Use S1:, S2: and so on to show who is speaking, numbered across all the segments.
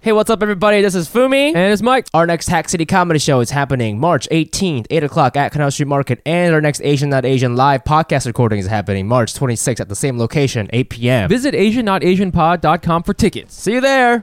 S1: Hey, what's up, everybody? This is Fumi.
S2: And it's Mike.
S1: Our next Hack City Comedy Show is happening March 18th, 8 o'clock at Canal Street Market. And our next Asian Not Asian live podcast recording is happening March 26th at the same location, 8 p.m.
S2: Visit AsianNotAsianPod.com for tickets.
S1: See you there.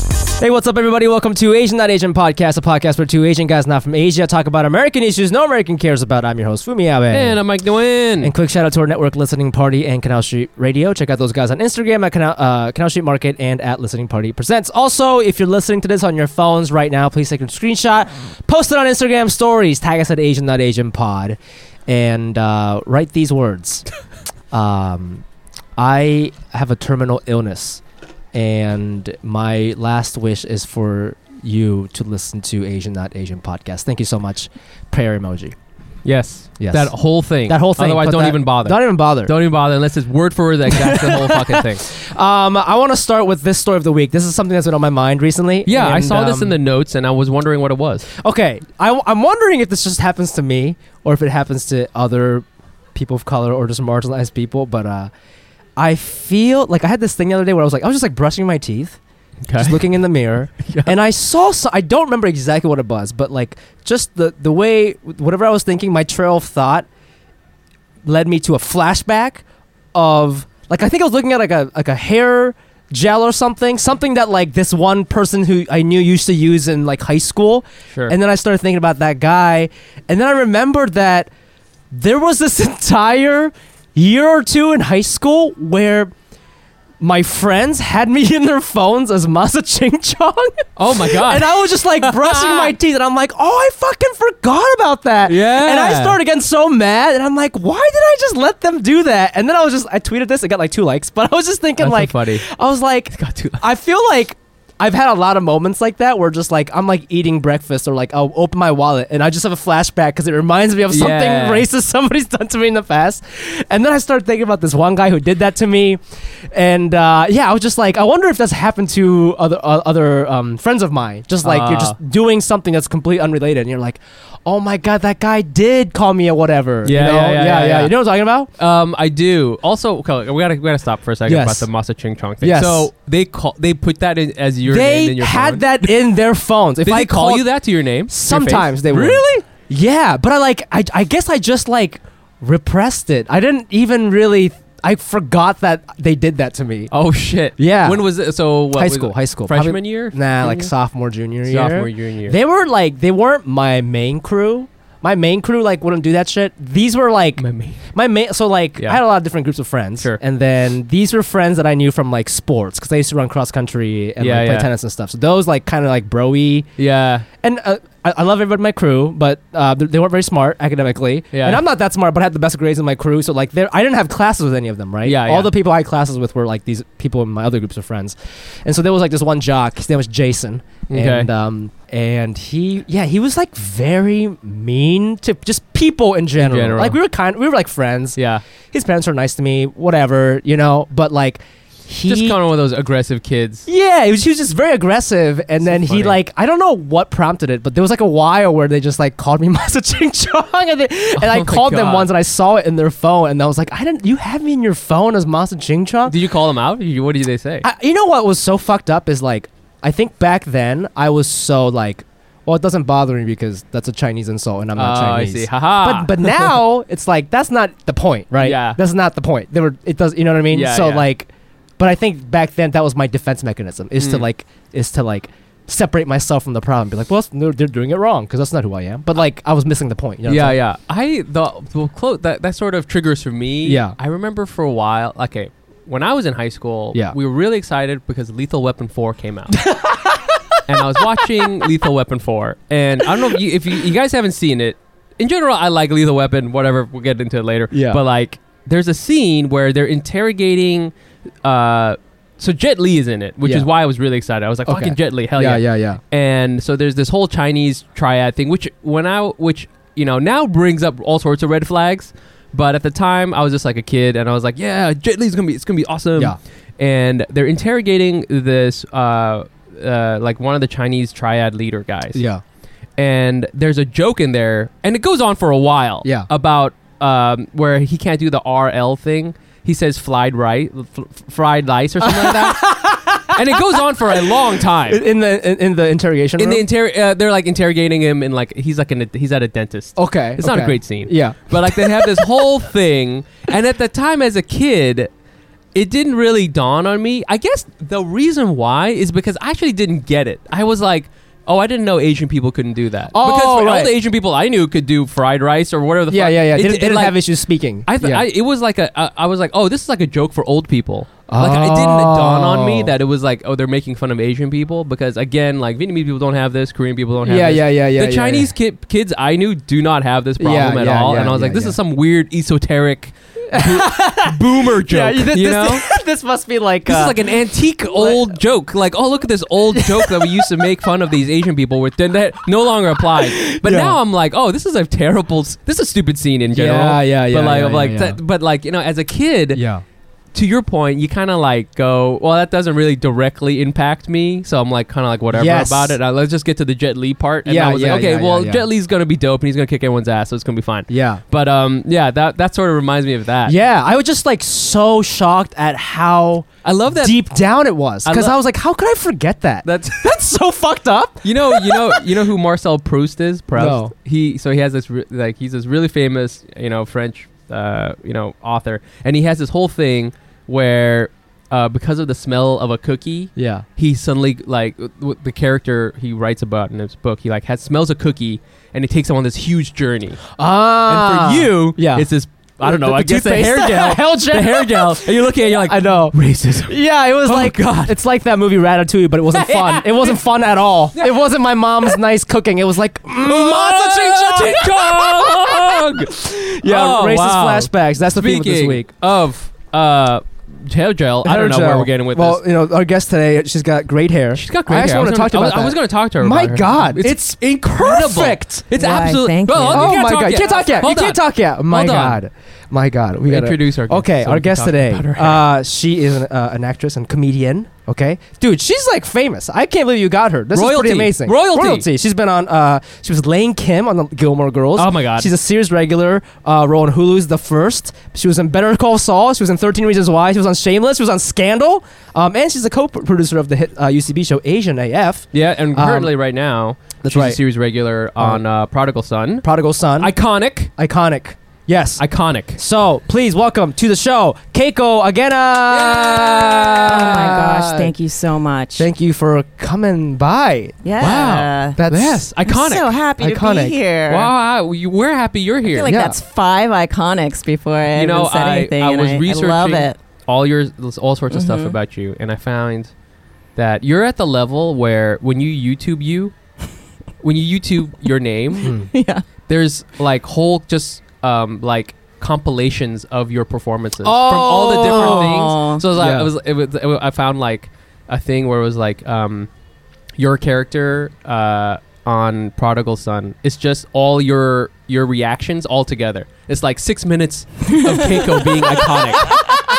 S1: Hey, what's up, everybody? Welcome to Asian Not Asian Podcast, a podcast where two Asian guys not from Asia talk about American issues no American cares about. I'm your host, Fumi Abe.
S2: And I'm Mike Nguyen.
S1: And quick shout out to our network listening party and Canal Street Radio. Check out those guys on Instagram at Canal, uh, Canal Street Market and at Listening Party Presents. Also, if you're listening to this on your phones right now, please take a screenshot, post it on Instagram stories, tag us at Asian Not Asian Pod, and uh, write these words. um, I have a terminal illness, and my last wish is for you to listen to Asian Not Asian Podcast. Thank you so much. Prayer emoji.
S2: yes.
S1: Yes.
S2: That whole thing.
S1: That whole thing.
S2: Otherwise,
S1: Put
S2: don't
S1: that-
S2: even bother.
S1: Don't even bother.
S2: Don't even bother unless it's word for word that exact the whole fucking thing.
S1: Um, I want to start with this story of the week. This is something that's been on my mind recently.
S2: Yeah, I
S1: and,
S2: saw this
S1: um,
S2: in the notes and I was wondering what it was.
S1: Okay, I, am wondering if this just happens to me or if it happens to other people of color or just marginalized people. But uh, I feel like I had this thing the other day where I was like, I was just like brushing my teeth, just looking in the mirror,
S2: Yeah.
S1: and I saw. So- I don't remember exactly what it was, but like just the the way whatever I was thinking, my trail of thought led me to a flashback of like I think I was looking at like a like a hair gel or something, something that like this one person who I knew used to use in like high school.
S2: Sure.
S1: And then I started thinking about that guy, and then I remembered that there was this entire year or two in high school where my friends had me in their phones as Masa Ching Chong.
S2: oh my god.
S1: And I was just like brushing my teeth, and I'm like, oh, I fucking forgot about that.
S2: Yeah.
S1: And I started getting so mad, and I'm like, why did I just let them do that? And then I was just, I tweeted this, it got like two likes, but I was just thinking,
S2: That's so
S1: like,
S2: funny.
S1: I was like,
S2: got two likes.
S1: I feel like. I've had a lot of moments like that where just like I'm like eating breakfast or like I'll open my wallet and I just have a flashback because it reminds me of something
S2: Yeah.
S1: racist somebody's done to me in the past. And then I started thinking about this one guy who did that to me. And uh, yeah, I was just like, I wonder if that's happened to other uh, other um, friends of mine. Just like you're just
S2: Ah.
S1: doing something that's completely unrelated, and you're like, oh my god, that guy did call me a whatever. you
S2: Yeah,
S1: know?
S2: yeah, yeah, yeah, yeah.
S1: You know what I'm talking about?
S2: Um, I do. Also, okay, we gotta we gotta stop for a second
S1: Yes.
S2: about the Masa Ching Chong thing.
S1: Yes.
S2: So they call they put that in as your name
S1: they
S2: in your
S1: had
S2: phone?
S1: that in their phones. If
S2: Did
S1: I
S2: they call
S1: called-
S2: you that to your name? Your face?
S1: sometimes they would.
S2: really.
S1: Yeah, but I like I, I guess I just like repressed it. I didn't even really I forgot that they did that to me.
S2: Oh shit.
S1: Yeah.
S2: When was it? So what,
S1: high
S2: was
S1: school,
S2: it
S1: high school,
S2: freshman
S1: Probably-
S2: year.
S1: Nah, like
S2: Junior?
S1: sophomore, junior year.
S2: sophomore junior year.
S1: They were like they weren't my main crew. My main crew like wouldn't do that shit. These were like
S2: My man.
S1: my main. So like
S2: Yeah.
S1: I had a lot of different groups of friends.
S2: Sure.
S1: And then these were friends that I knew from like sports because I used to run cross country and
S2: Yeah,
S1: like, play
S2: yeah.
S1: tennis and stuff. So those like kind of like broy.
S2: Yeah.
S1: And uh, I, I love everybody in my crew, but uh, they, they weren't very smart academically.
S2: Yeah.
S1: And I'm not that smart, but I had the best grades in my crew. So like, there- I didn't have classes with any of them, right?
S2: Yeah,
S1: All
S2: yeah.
S1: the people I had classes with were like these people in my other groups of friends, and so there was like this one jock. His name was Jason,
S2: Okay.
S1: and um, and he, yeah, he was like very mean to just people in general.
S2: general.
S1: Like we were kind, we were like friends.
S2: Yeah.
S1: His parents were nice to me, whatever, you know. But like, he
S2: Just kind of one of those aggressive kids.
S1: yeah, he was, he was just very aggressive, and then he
S2: funny.
S1: like I don't know what prompted it, but there was like a while where they just like called me Master Ching Chong, and, they, and I
S2: Oh my
S1: called them
S2: God.
S1: once, and I saw it in their phone, and I was like, I didn't. You have me in your phone as Master Ching Chong.
S2: Did you call them out? You- What did they say?
S1: I, you know what was so fucked up is like I think back then I was so like, well, it doesn't bother me because that's a Chinese insult, and I'm
S2: oh,
S1: not
S2: I
S1: Chinese.
S2: see. Haha.
S1: But but now it's like that's not the point, right?
S2: Ah. Yeah.
S1: That's not the point. They were it does you know what I mean?
S2: Yeah,
S1: so
S2: yeah.
S1: like but I think back then that was my defense mechanism is to
S2: Mm.
S1: like
S2: like-
S1: is to like separate myself from the problem. Be like, well, they're, they're doing it wrong because that's not who I am. But like I was missing the point. You know
S2: yeah, yeah. I the well, close that that sort of triggers for me.
S1: Yeah.
S2: I remember for a while. Okay, when I was in high school,
S1: Yeah.
S2: we were really excited because Lethal Weapon Four came out. and I was watching Lethal Weapon Four, and I don't know if you, if you, you guys haven't seen it. In general, I like Lethal Weapon. Whatever, we'll get into it later.
S1: Yeah.
S2: But like, there's a scene where they're interrogating. Uh, so Jet Li is in it, which is
S1: Yeah.
S2: why I was really excited. I was like,
S1: Okay.
S2: "Fucking Jet Li, hell
S1: yeah, yeah, yeah.
S2: and so there's this whole Chinese triad thing, which when I which you know now brings up all sorts of red flags, but at the time I was just like a kid, and I was like, yeah, Jet Li's gonna be it's gonna be awesome,
S1: Yeah.
S2: and they're interrogating this uh, uh, like one of the Chinese triad leader guys,
S1: Yeah.
S2: and there's a joke in there, and it goes on for a while.
S1: Yeah.
S2: About um, where he can't do the RL thing. He says fried rice, f- fried lice, or something like that. And it goes on for a long time.
S1: In the in, in the interrogation
S2: In the
S1: room?
S2: inter- uh, they're like interrogating him, and like he's like in a, he's at a dentist.
S1: Okay.
S2: It's not a
S1: okay.
S2: great scene.
S1: Yeah.
S2: But like they have this whole thing, and at the time as a kid, it didn't really dawn on me. I guess the reason why is because I actually didn't get it. I was like, oh, I didn't know Asian people couldn't do that.
S1: Oh,
S2: because for all
S1: right.
S2: the Asian people I knew could do fried rice or whatever the
S1: Yeah,
S2: fuck.
S1: yeah, yeah. They
S2: It-
S1: didn't,
S2: it,
S1: they didn't
S2: like-
S1: have issues speaking.
S2: I, th-
S1: yeah.
S2: I it was like a I, I was like oh this is like a joke for old people like it didn't dawn on me
S1: Oh.
S2: that it was like oh they're making fun of Asian people because again like Vietnamese people don't have this Korean people don't have
S1: Yeah,
S2: this
S1: yeah, yeah, yeah,
S2: the
S1: yeah,
S2: Chinese Kid, kids I knew do not have this problem
S1: Yeah,
S2: at
S1: yeah,
S2: all and
S1: yeah,
S2: I was like
S1: yeah,
S2: this
S1: yeah.
S2: is some weird esoteric bo- boomer joke
S1: yeah, this,
S2: you know
S1: this, this must be like
S2: this
S1: uh,
S2: is like an antique old joke. Like, oh, look at this old joke that we used to make fun of these Asian people with. Then that no longer applies. But
S1: Yeah.
S2: now I'm like, oh, this is a terrible. s- This is a stupid scene in general.
S1: Yeah, yeah, yeah,
S2: But like,
S1: yeah,
S2: I'm like,
S1: yeah,
S2: that- but like, you know, as a kid,
S1: yeah.
S2: to your point, you kind of like go, well, that doesn't really directly impact me. So I'm like, kind of like whatever
S1: Yes.
S2: about it. Uh, let's just get to the Jet Li part. And
S1: Yeah,
S2: I was
S1: yeah,
S2: like, okay,
S1: yeah,
S2: well,
S1: yeah, yeah.
S2: Jet Li's gonna be dope and he's gonna kick everyone's ass, so it's gonna be fine.
S1: Yeah.
S2: But um, yeah, that that sort of reminds me of that.
S1: Yeah, I was just like so shocked at how
S2: I love that.
S1: deep down it was
S2: I
S1: because
S2: lo-
S1: I was like, how could I forget that?
S2: That's
S1: That's so fucked up.
S2: You know, you know, you know who Marcel Proust is. Proust.
S1: No.
S2: He so he has this re- like he's this really famous you know French uh, you know author, and he has this whole thing where uh, because of the smell of a cookie,
S1: Yeah.
S2: he suddenly like w- the character he writes about in his book, he like has smells a cookie, and it takes him on this huge journey.
S1: Ah.
S2: and for you,
S1: yeah.
S2: it's this I don't know.
S1: The-
S2: I
S1: the
S2: guess the
S1: toothpaste?
S2: hair gel,
S1: Hell gel.
S2: the hair gel, and you're looking at it, you're like
S1: I know.
S2: racism.
S1: Yeah, it was
S2: Oh,
S1: like
S2: God.
S1: It's like that movie Ratatouille, but it wasn't fun. It wasn't fun at all. It wasn't my mom's nice cooking. It was
S2: Oh.
S1: like Oh,
S2: Monster Ching Chong!
S1: yeah,
S2: Oh,
S1: racist
S2: wow.
S1: flashbacks. That's the theme of this
S2: Speaking
S1: week.
S2: of uh, hair gel, I don't know where we're getting with
S1: well,
S2: this.
S1: you know, our guest today, she's got great hair.
S2: She's got great
S1: I actually
S2: hair.
S1: want to
S2: gonna-
S1: talk to
S2: I
S1: her
S2: was-
S1: about
S2: I was
S1: that.
S2: going to talk to her.
S1: My
S2: about her.
S1: God,
S2: it's,
S1: it's, incredible.
S2: perfect. It's
S3: Why,
S2: absolutely.
S3: thank you.
S1: Oh my god, you can't talk yet. You
S2: Hold on.
S1: can't talk yet. Oh My
S2: Hold on.
S1: god, my god. We gotta
S2: Introduce our guest
S1: Okay,
S2: so we
S1: our
S2: can
S1: guest
S2: talk
S1: today.
S2: about her
S1: Uh, she is an, uh, an actress and comedian. Okay, dude, she's like famous. I can't believe you got her. This is
S2: Royalty.
S1: pretty amazing.
S2: Royalty.
S1: She's been on. Uh, she was Lane Kim on the Gilmore Girls.
S2: Oh my God.
S1: She's a series regular. Uh, role on Hulu's The First. She was in Better Call Saul. She was in Thirteen Reasons Why. She was on Shameless. She was on Scandal. Um, and she's a co-producer of the hit uh, UCB show Asian AF.
S2: Yeah, and
S1: Um,
S2: currently, right now,
S1: that's
S2: she's a
S1: right.
S2: series regular on uh, Prodigal Son.
S1: Prodigal Son.
S2: Iconic.
S1: iconic. Yes.
S2: Iconic.
S1: So please welcome to the show Keiko Agena.
S3: Oh my gosh, thank you so much.
S1: Thank you for coming by.
S3: yeah.
S2: Wow.
S1: That's
S2: Yes,
S3: I'm
S2: iconic.
S3: so happy
S1: Iconic.
S3: to be here.
S2: Wow, you- we're happy you're
S3: I
S2: here.
S3: feel like
S1: Yeah.
S3: that's five iconics before I
S2: You
S3: even
S2: know,
S3: said
S2: I-
S3: anything.
S2: I
S3: and
S2: was
S3: I love
S2: researching-
S3: it. Mm-hmm.
S2: all your all sorts of stuff about you, and I found that you're at the level where when you YouTube you, when you YouTube your name,
S3: yeah.
S2: there's like whole just um like compilations of your performances from all the
S3: Oh.
S2: different things. So it was, like,
S1: Yeah.
S2: it was, it was, it was- I found like a thing where it was like um your character uh on Prodigal Son it's just all your your reactions all together. It's like six minutes of Keiko being iconic.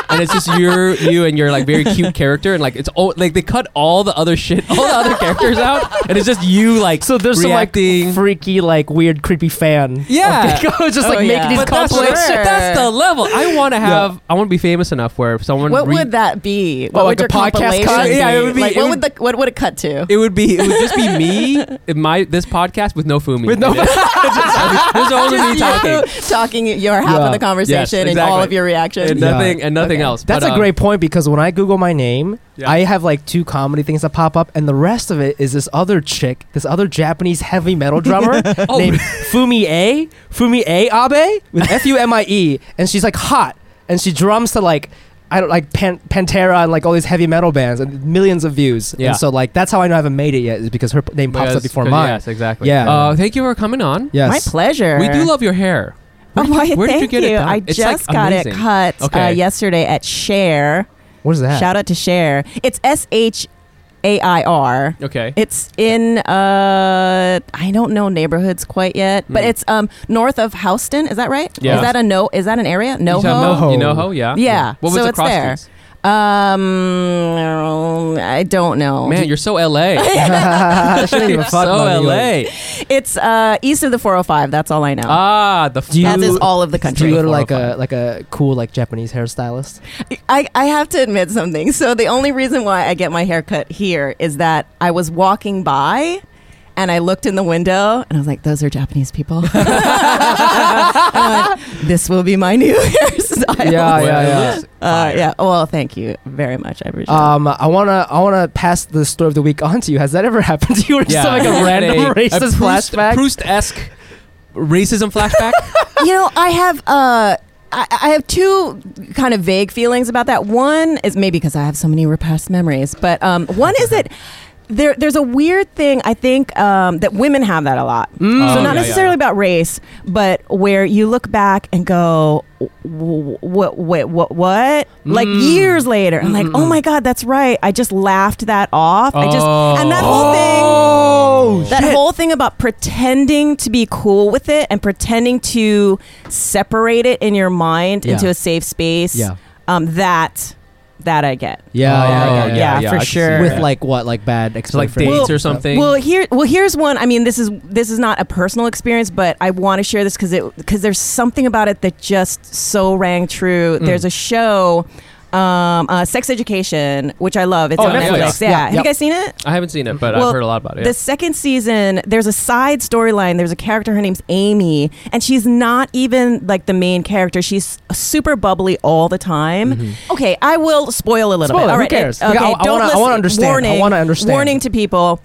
S2: and it's just your you and your like very cute character, and like it's all like they cut all the other shit, all the other characters out, and it's just you like
S1: So there's
S2: reacting.
S1: some like freaky, like weird, creepy fan.
S2: Yeah.
S1: of Gecko just like
S3: Oh,
S1: making
S3: yeah.
S1: these
S2: but that's,
S1: complex.
S3: complex-
S2: but that's the level. I want to have. I want to be famous enough where if someone
S3: What
S2: re- Oh,
S3: would that be? What
S1: Well,
S3: would
S1: like a podcast
S3: compilation
S1: cut?
S3: Be?
S2: Yeah, it would be- it
S3: Like, what
S2: would-
S3: would the what would it cut to?
S2: It would be. It would just be me in my this podcast with no Fumi.
S1: With no-
S2: It is. Just- there's only me talking.
S3: You talking your half
S1: Yeah.
S3: of the conversation
S2: Yes,
S3: and all
S2: exactly.
S3: of your reactions.
S2: And
S1: Yeah.
S2: nothing and nothing
S3: Okay.
S2: else.
S1: That's
S2: But,
S1: a
S2: um,
S1: great point because when I Google my name,
S2: Yeah.
S1: I have like two comedy things that pop up, and the rest of it is this other chick, this other Japanese heavy metal drummer
S2: Oh.
S1: named Fumi A. Fumi A. Abe with F U M I E, and she's like hot, and she drums to like. I don't like Pan- Pantera and like all these heavy metal bands and millions of views.
S2: Yeah.
S1: And so like that's how I know I haven't made it yet is because her p- name pops up
S2: Yes,
S1: before
S2: good-
S1: mine.
S2: Yes, exactly.
S1: Yeah.
S2: Uh, thank you for coming on.
S1: Yes.
S3: My pleasure.
S2: We do love your hair.
S3: Oh,
S2: did you-
S3: why,
S2: where did you
S3: thank
S2: get it done?
S3: I
S2: It's, like,
S3: just got
S2: amazing.
S3: it cut uh,
S2: Okay.
S3: yesterday at Share.
S1: what is that?
S3: Shout out to Share. It's S H A I R.
S2: Okay.
S3: It's in uh I don't know neighborhoods quite yet, but
S2: Mm.
S3: it's um north of Houston. Is that right?
S2: Yeah.
S3: Is that a no? Is that an area? No.
S2: You know
S1: Noho.
S2: You know ho, yeah.
S3: Yeah,
S2: What was
S3: so
S2: the
S3: it's
S2: cross
S3: there.
S2: streets?
S3: Um, I don't know.
S2: Man, you're so LA.
S1: I shouldn't
S2: You're
S1: even
S2: so
S1: thought about it.
S2: LA.
S3: It's uh east of the 405. That's all I know.
S2: Ah, the
S1: Do you-
S3: that is all of the
S1: Do
S3: country.
S1: you go to like a like a cool like Japanese hairstylist?
S3: I, I have to admit something. So the only reason why I get my hair cut here is that I was walking by and I looked in the window and I was like, those are Japanese people. I'm like, this will be my new hairstyle.
S1: Yeah, yeah,
S2: Well,
S1: yeah.
S2: it looks
S3: Uh,
S2: fire.
S3: yeah. Well, thank you very much. I appreciate it.
S1: Um, I wanna I wanna pass the story of the week on to you. Has that ever happened to you? Or just
S2: Yeah.
S1: like a
S2: Had
S1: random
S2: a- a
S1: racist
S2: Proust-
S1: flashback?
S2: Proust-esque racism flashback.
S3: you know, I have uh, I, I have two kind of vague feelings about that. One is maybe because I have so many repressed memories, but um, one is that. There, there's a weird thing I think um, that women have that a lot.
S2: Oh,
S3: so
S2: yeah,
S3: not
S2: yeah,
S3: necessarily
S2: yeah.
S3: about race, but where you look back and go, "What? What? What? What?" Like
S2: Mm.
S3: years later, I'm like, "Oh my god, that's right! I just laughed that off. I just and that whole thing."
S1: oh,
S3: That whole thing about pretending to be cool with it and pretending to separate it in your mind
S1: Yeah.
S3: into a safe space.
S1: Yeah.
S3: Um, that that I get.
S1: yeah, yeah,
S2: Oh,
S1: yeah,
S3: yeah,
S1: yeah.
S2: yeah, I
S3: for
S2: can see
S3: sure.
S1: With like what, like bad ex
S2: So like dates or something.
S3: Well, here, well, here's one. I mean, this is this is not a personal experience, but I want to share this because it because there's something about it that just so rang true.
S1: Hmm.
S3: There's a show, um, uh, Sex Education, which I love. It's
S1: Oh,
S3: on
S1: Netflix.
S3: Netflix.
S1: Yeah,
S3: Yeah. have
S1: yeah.
S3: you guys seen it?
S2: I haven't seen it, but I've
S3: Well,
S2: heard a lot about it.
S3: The second season, there's a side storyline. There's a character, her name's Amy, and she's not even like the main character. She's super bubbly all the time. Okay, I will spoil a little
S1: Spoil it. Mm-hmm. Who
S3: bit. All right,
S1: cares?
S3: uh,
S1: Like,
S3: Okay,
S1: I- I
S3: don't
S1: wanna- I
S3: listen-
S1: wanna understand. I
S3: Warning,
S1: wanna understand.
S3: Warning to people.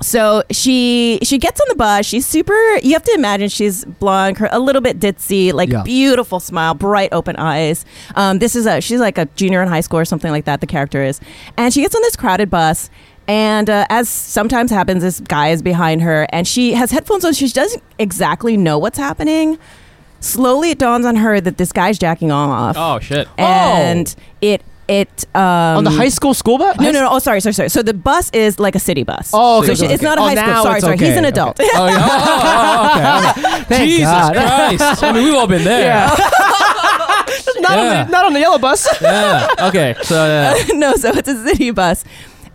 S3: So she she gets on the bus. She's super. You have to imagine she's blonde, cur- a little bit ditzy, like
S1: Yeah.
S3: beautiful smile, bright open eyes. Um, this is a she's like a junior in high school or something like that. The character is, and she gets on this crowded bus. And uh, as sometimes happens, this guy is behind her, and she has headphones on. She doesn't exactly know what's happening. Slowly, it dawns on her that this guy's jacking off,
S2: oh shit.
S3: and it it um,
S1: on the high school school bus?
S3: no, no, no. Oh, sorry, sorry, sorry. So the bus is like a city bus.
S1: Oh, okay,
S3: so she-
S1: okay,
S3: it's not a
S1: okay.
S3: high
S1: Oh, now
S3: school. Sorry,
S1: it's
S3: sorry. He's
S1: okay,
S3: an adult.
S2: Oh, yeah. Oh, oh, oh, okay.
S1: Thank
S2: Jesus
S1: God.
S2: Christ. I mean, we've all been there.
S1: Yeah. not,
S2: Yeah.
S1: On the, not on the yellow bus.
S2: Yeah. Okay. So, uh,
S3: no, so it's a city bus,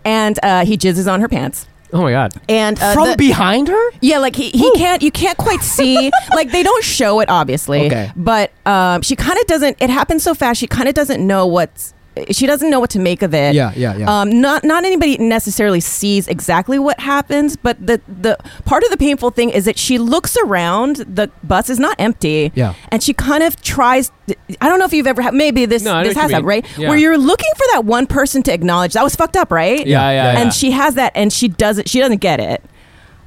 S3: and uh, he jizzes on her pants.
S2: oh my God.
S3: And uh,
S1: From
S3: the-
S1: behind her?
S3: yeah, like he, he can't you can't quite see like they don't show it obviously,
S1: Okay.
S3: but um, she kind of doesn't. It happens so fast. She kind of doesn't know what's she doesn't know what to make of it.
S1: yeah,
S3: Um, not not anybody necessarily sees exactly what happens, but the the part of the painful thing is that she looks around. The bus is not empty.
S1: Yeah.
S3: and she kind of tries. I don't know if you've ever had. Maybe this
S2: No, I know
S3: this
S2: what
S3: has
S2: you
S3: happened,
S2: mean.
S3: right?
S2: Yeah.
S3: Where you're looking for that one person to acknowledge that was fucked up, right?
S2: Yeah, yeah, yeah.
S3: And she has that, and she doesn't. She doesn't get it.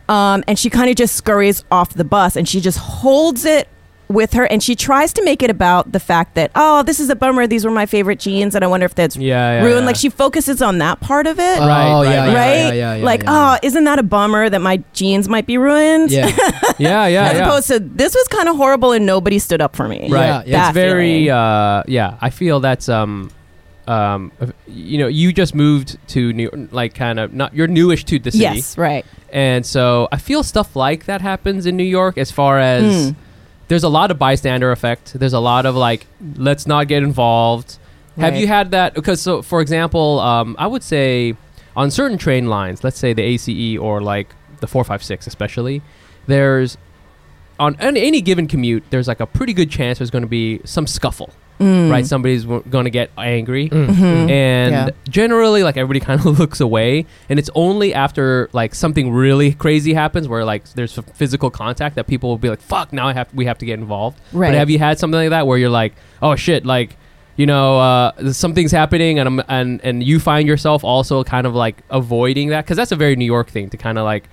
S3: Um, and she kind of just scurries off the bus, and she just holds it with her, and she tries to make it about the fact that oh, this is a bummer. These were my favorite jeans, and I wonder if that's
S2: Yeah, yeah,
S3: ruined.
S2: yeah.
S3: Like she focuses on that part of it
S2: Right,
S1: oh,
S2: right,
S1: yeah,
S2: right,
S1: yeah,
S3: right?
S1: Yeah, yeah, yeah,
S3: like,
S1: yeah.
S3: oh, isn't that a bummer that my jeans might be ruined?
S1: Yeah.
S2: Yeah. Yeah.
S3: As
S2: yeah.
S3: opposed to this was kind of horrible and nobody stood up for me.
S1: Yeah,
S2: right
S1: yeah.
S3: That
S2: it's very
S3: feeling.
S2: uh yeah i feel that's um um you know you just moved to new like kind of not you're newish to the city
S3: yes, right.
S2: and so i feel stuff like that happens in new york as far as
S3: Mm.
S2: there's a lot of bystander effect there's a lot of like let's not get involved Have
S3: Right.
S2: you had that? Because so, for example, um, I would say on certain train lines, let's say the ACE or like the four five six, especially, there's on an- any given commute, there's like a pretty good chance there's going to be some scuffle. Right, somebody's going to get angry, and
S3: Mm. Mm-hmm. Yeah.
S2: generally, like everybody kind of looks away, and it's only after like something really crazy happens, where like there's physical contact, that people will be like, "Fuck!" Now I have we have to get involved.
S3: Right.
S2: But have you had something like that where you're like, oh shit, like, you know, uh, something's happening, and I'm and and you find yourself also kind of like avoiding that because that's a very New York thing to kind of like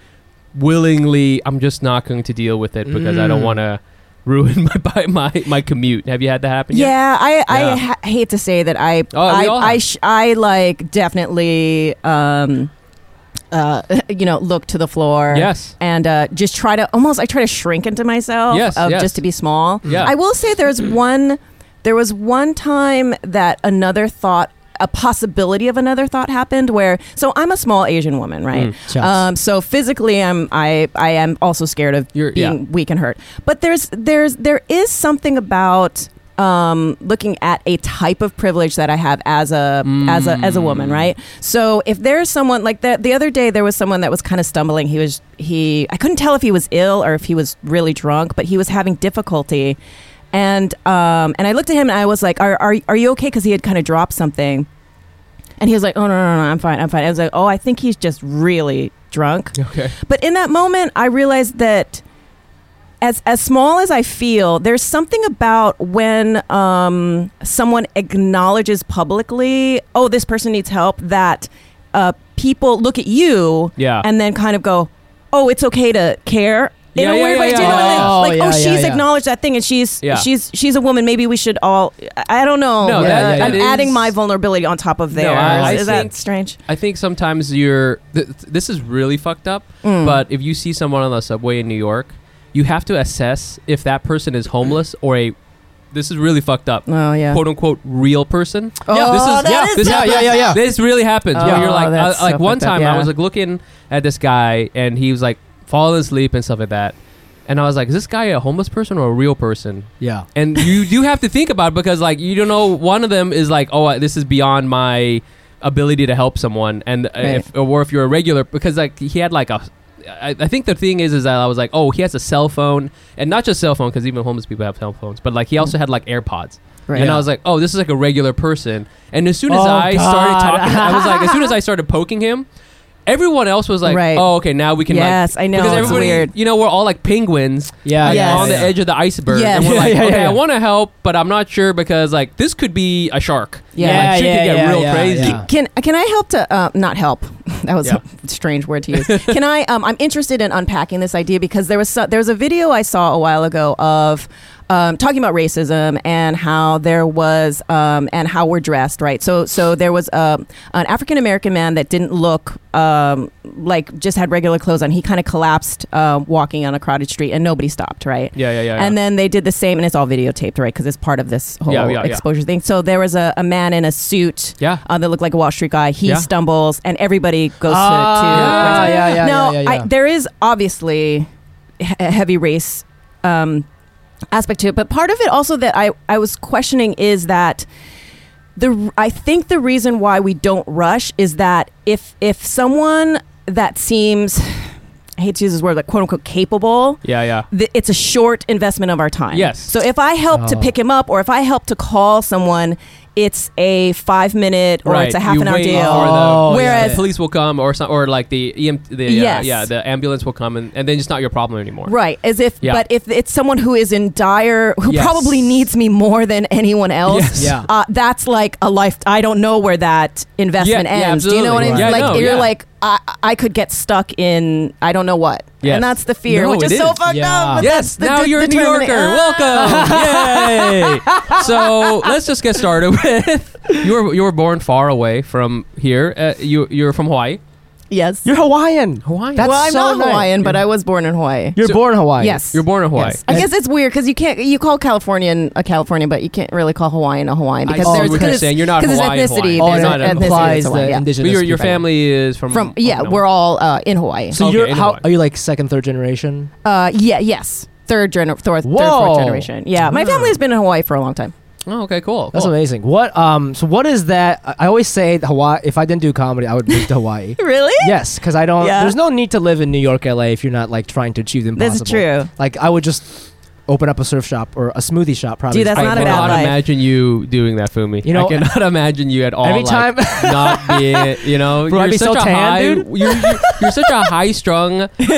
S2: willingly, I'm just not going to deal with it because I don't
S1: Mm.
S2: want to ruin my, my my my commute. Have you had that happen? yet?
S3: Yeah, I, I
S2: Yeah.
S3: ha- hate to say that I
S2: Oh, we
S3: I
S2: all
S3: I,
S2: have.
S3: sh- I like definitely um uh you know look to the floor.
S2: Yes.
S3: And uh, just try to almost I try to shrink into myself
S2: Yes,
S3: of
S2: yes.
S3: just to be small.
S2: Yeah.
S3: I will say there's one there was one time that another thought a possibility of another thought happened where so I'm a small Asian woman, right?
S2: Mm,
S1: Shucks.
S3: um so physically I'm I I am also scared of
S2: You're-
S3: being
S2: yeah.
S3: weak and hurt. But there's there's there is something about um, looking at a type of privilege that I have as a as a as a
S2: Mm.
S3: woman, right? So if there's someone like that, the other day there was someone that was kind of stumbling. He was he I couldn't tell if he was ill or if he was really drunk, but he was having difficulty. And um, and I looked at him and I was like, "Are are, are you okay?" Because he had kind of dropped something. And he was like, "Oh no, no, no, I'm fine, I'm fine." I was like, "Oh, I think he's just really drunk."
S2: Okay.
S3: But in that moment, I realized that as as small as I feel, there's something about when um, someone acknowledges publicly, "Oh, this person needs help," that uh, people look at you
S2: Yeah.
S3: and then kind of go, "Oh, it's okay to care." In
S2: Yeah,
S3: a
S2: yeah,
S3: weird
S2: yeah,
S3: way,
S2: yeah.
S3: too. And then,
S1: Oh,
S3: like,
S1: yeah,
S3: oh,
S1: yeah,
S3: she's
S1: yeah.
S3: acknowledged that thing, and she's
S2: Yeah.
S3: she's she's a woman. Maybe we should all. I I don't know.
S2: No,
S3: Uh,
S1: that- that
S3: I'm
S2: is-
S3: adding my vulnerability on top of
S2: No,
S3: theirs.
S2: I- I
S3: is
S2: think-
S3: that strange?
S2: I think sometimes you're. Th- th- this is really fucked up.
S3: Mm.
S2: But if you see someone on the subway in New York, you have to assess if that person is homeless or a. This is really fucked up.
S3: Oh yeah.
S2: quote unquote real person.
S3: Oh,
S2: this is
S3: that
S2: yeah,
S3: is
S2: this
S3: so
S2: happens.
S1: fucked up.
S2: This really happens.
S3: Oh,
S2: where you're like,
S3: that's
S2: I, like
S3: so
S2: one
S3: fucked up,
S2: time
S3: yeah.
S2: I was like looking at this guy and he was like falling asleep and stuff like that, and I was like, is this guy a homeless person or a real person?
S1: Yeah.
S2: And you do have to think about it because like you don't know one of them is like, oh, I- this is beyond my ability to help someone, and uh, if, or if you're a regular because like he had like a. I, I think the thing is, is that I was like, oh, he has a cell phone, and not just cell phone, because even homeless people have cell phones. But like, he also had like AirPods,
S3: Right.
S2: and I was like, oh, this is like a regular person. And as soon as
S1: Oh,
S2: I started
S1: God.
S2: talking, I was like, as soon as I started poking him, everyone else was like,
S3: Right.
S2: oh, okay, now we can. like-
S3: Yes, I know,
S2: Because
S3: it's
S2: everybody,
S3: weird.
S2: you know, we're all like penguins
S1: Yeah.
S2: like,
S3: Yes.
S2: on the edge of the iceberg.
S3: Yes.
S2: And we're
S1: Yeah,
S2: like,
S1: yeah, yeah,
S2: okay,
S1: yeah.
S2: I want to help, but I'm not sure because like this could be a shark.
S3: Yeah.
S2: Like,
S1: Yeah,
S2: shit
S1: yeah,
S2: could get
S1: yeah,
S2: real
S1: yeah,
S2: crazy.
S1: yeah.
S3: Can can I help to uh, not help? That was
S2: Yeah.
S3: a strange word to use. can I? Um, I'm interested in unpacking this idea because there was so, there was a video I saw a while ago of. Um, talking about racism and how there was um, and how we're dressed, right? So, so there was um an African American man that didn't look um, like just had regular clothes on. He kind of collapsed uh, walking on a crowded street, and nobody stopped, right?
S2: Yeah, yeah, yeah.
S3: And then they did the same, and it's all videotaped, right? Because it's part of this whole
S2: Yeah, yeah, yeah.
S3: exposure thing. So there was a, a man in a suit
S2: Yeah.
S3: uh, that looked like a Wall Street guy. He
S2: Yeah.
S3: stumbles, and everybody goes
S1: Ah,
S3: to. to
S1: yeah, yeah, yeah,
S3: now,
S1: yeah, yeah, yeah.
S3: I, there is obviously he- heavy race um, aspect to it, but part of it also that I, I was questioning is that the I think the reason why we don't rush is that if if someone that seems I hate to use this word like quote unquote capable
S2: Yeah, yeah.
S3: th- it's a short investment of our time.
S2: Yes.
S3: So if I help to
S1: Oh.
S3: pick him up or if I help to call someone, it's a five minute or it's a half
S2: You
S3: an hour
S2: wait
S3: deal.
S2: for
S1: Oh,
S2: the,
S3: Whereas-
S2: the police will come, or some, or like the EM, the uh,
S3: Yes.
S2: yeah, the ambulance will come, and, and then it's not your problem anymore.
S3: Right, as if,
S2: Yeah.
S3: but if it's someone who is in dire, who
S2: Yes.
S3: probably needs me more than anyone else,
S2: Yes.
S1: Yeah.
S3: uh, that's like a life. I don't know where that investment
S2: Yeah, yeah,
S3: ends. Do you know what I mean?
S2: absolutely.
S3: like
S2: Yeah, no,
S3: you're
S2: yeah.
S3: like, I, I could get stuck in I don't know what,
S2: Yes.
S3: and that's the fear,
S2: No,
S3: which
S2: it
S3: is, so
S2: is.
S3: fucked
S1: Yeah.
S3: up. but that's
S2: Yes,
S3: the
S2: now
S3: de-
S2: you're a New
S3: determining-
S2: Yorker. Welcome. Yay. so let's just get started with you were you were born far away from here. Uh, you you're from Hawaii.
S3: Yes.
S1: You're Hawaiian.
S2: Hawaii.
S1: That's
S3: well, I'm
S1: so
S3: not
S1: nice.
S3: Hawaiian, but I was born in Hawaii.
S1: You're
S2: So-
S1: born Hawaiian.
S3: Yes.
S2: You're born in Hawaii.
S3: Yes. I guess it's weird because you can't you call Californian a Californian, but you can't really call Hawaiian a Hawaiian because
S2: see
S3: there's
S2: what you're
S3: because-
S2: saying. You're not
S3: because
S2: Hawaiian,
S3: it's ethnicity.
S2: Hawaiian.
S1: Oh,
S3: There's
S2: You're not
S3: an
S2: a-
S3: ethnicity
S1: it
S3: that's
S1: implies
S3: Hawaiian,
S1: the
S3: yeah.
S2: But
S1: indigenous.
S2: your your
S1: people.
S2: family is from
S3: From yeah,
S2: Okinawa.
S3: we're all uh, in Hawaii.
S1: So
S2: Okay,
S1: you're
S2: in
S1: how
S2: Hawaii.
S1: are you like second third generation?
S3: Uh, yeah, yes, third gener- thor- third
S1: Whoa.
S3: fourth generation. Yeah, my family has been in Hawaii for a long time.
S2: Oh, okay, cool.
S1: That's
S2: cool.
S1: amazing. What um? So what is that? I- I always say Hawaii. If I didn't do comedy, I would move to Hawaii.
S3: Really?
S1: Yes, because I don't.
S3: Yeah.
S1: There's no need to live in New York, LA, if you're not like trying to achieve the impossible.
S3: That's true.
S1: Like I would just open up a surf shop or a smoothie shop. Probably.
S3: Dude, that's
S2: I
S3: not a bad
S2: cannot
S3: life.
S2: imagine you doing that, Fumi.
S1: You know,
S2: I cannot imagine you at all.
S1: every
S2: like,
S1: time-
S2: not being, you know,
S1: Bro, I'd
S2: you're
S1: be
S2: such
S1: so
S2: a
S1: tan,
S2: high,
S1: dude.
S2: You're, you're, you're such a high-strung dude.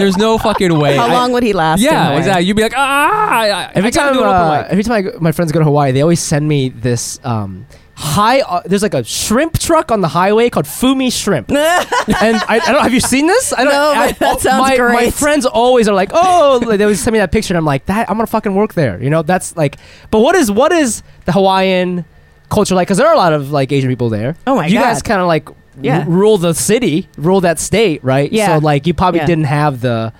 S2: There's no fucking way.
S3: How
S2: I-
S3: long would he last? in
S2: yeah,
S3: Hawaii?
S2: exactly. You'd be like, ah. I, I-
S1: every
S2: I gotta
S1: time,
S2: do an open
S1: uh,
S2: mic."
S1: every time I go, my friends go to Hawaii, they always send me this um, high. Uh, there's like a shrimp truck on the highway called Fumi Shrimp, and I, I don't. Have you seen this? I don't.
S3: No,
S1: I,
S3: but that
S1: oh,
S3: sounds
S1: my, My
S3: great.
S1: friends always are like, oh, like, they always send me that picture, and I'm like, that I'm gonna fucking work there. You know, that's like. But what is what is the Hawaiian culture like? Because there are a lot of like Asian people there.
S3: Oh my
S1: you guys
S3: God.
S1: kind of like.
S3: Yeah.
S1: r- rule the city, rule that state, right? So
S3: Yeah.
S1: like you probably
S3: Yeah.
S1: didn't have the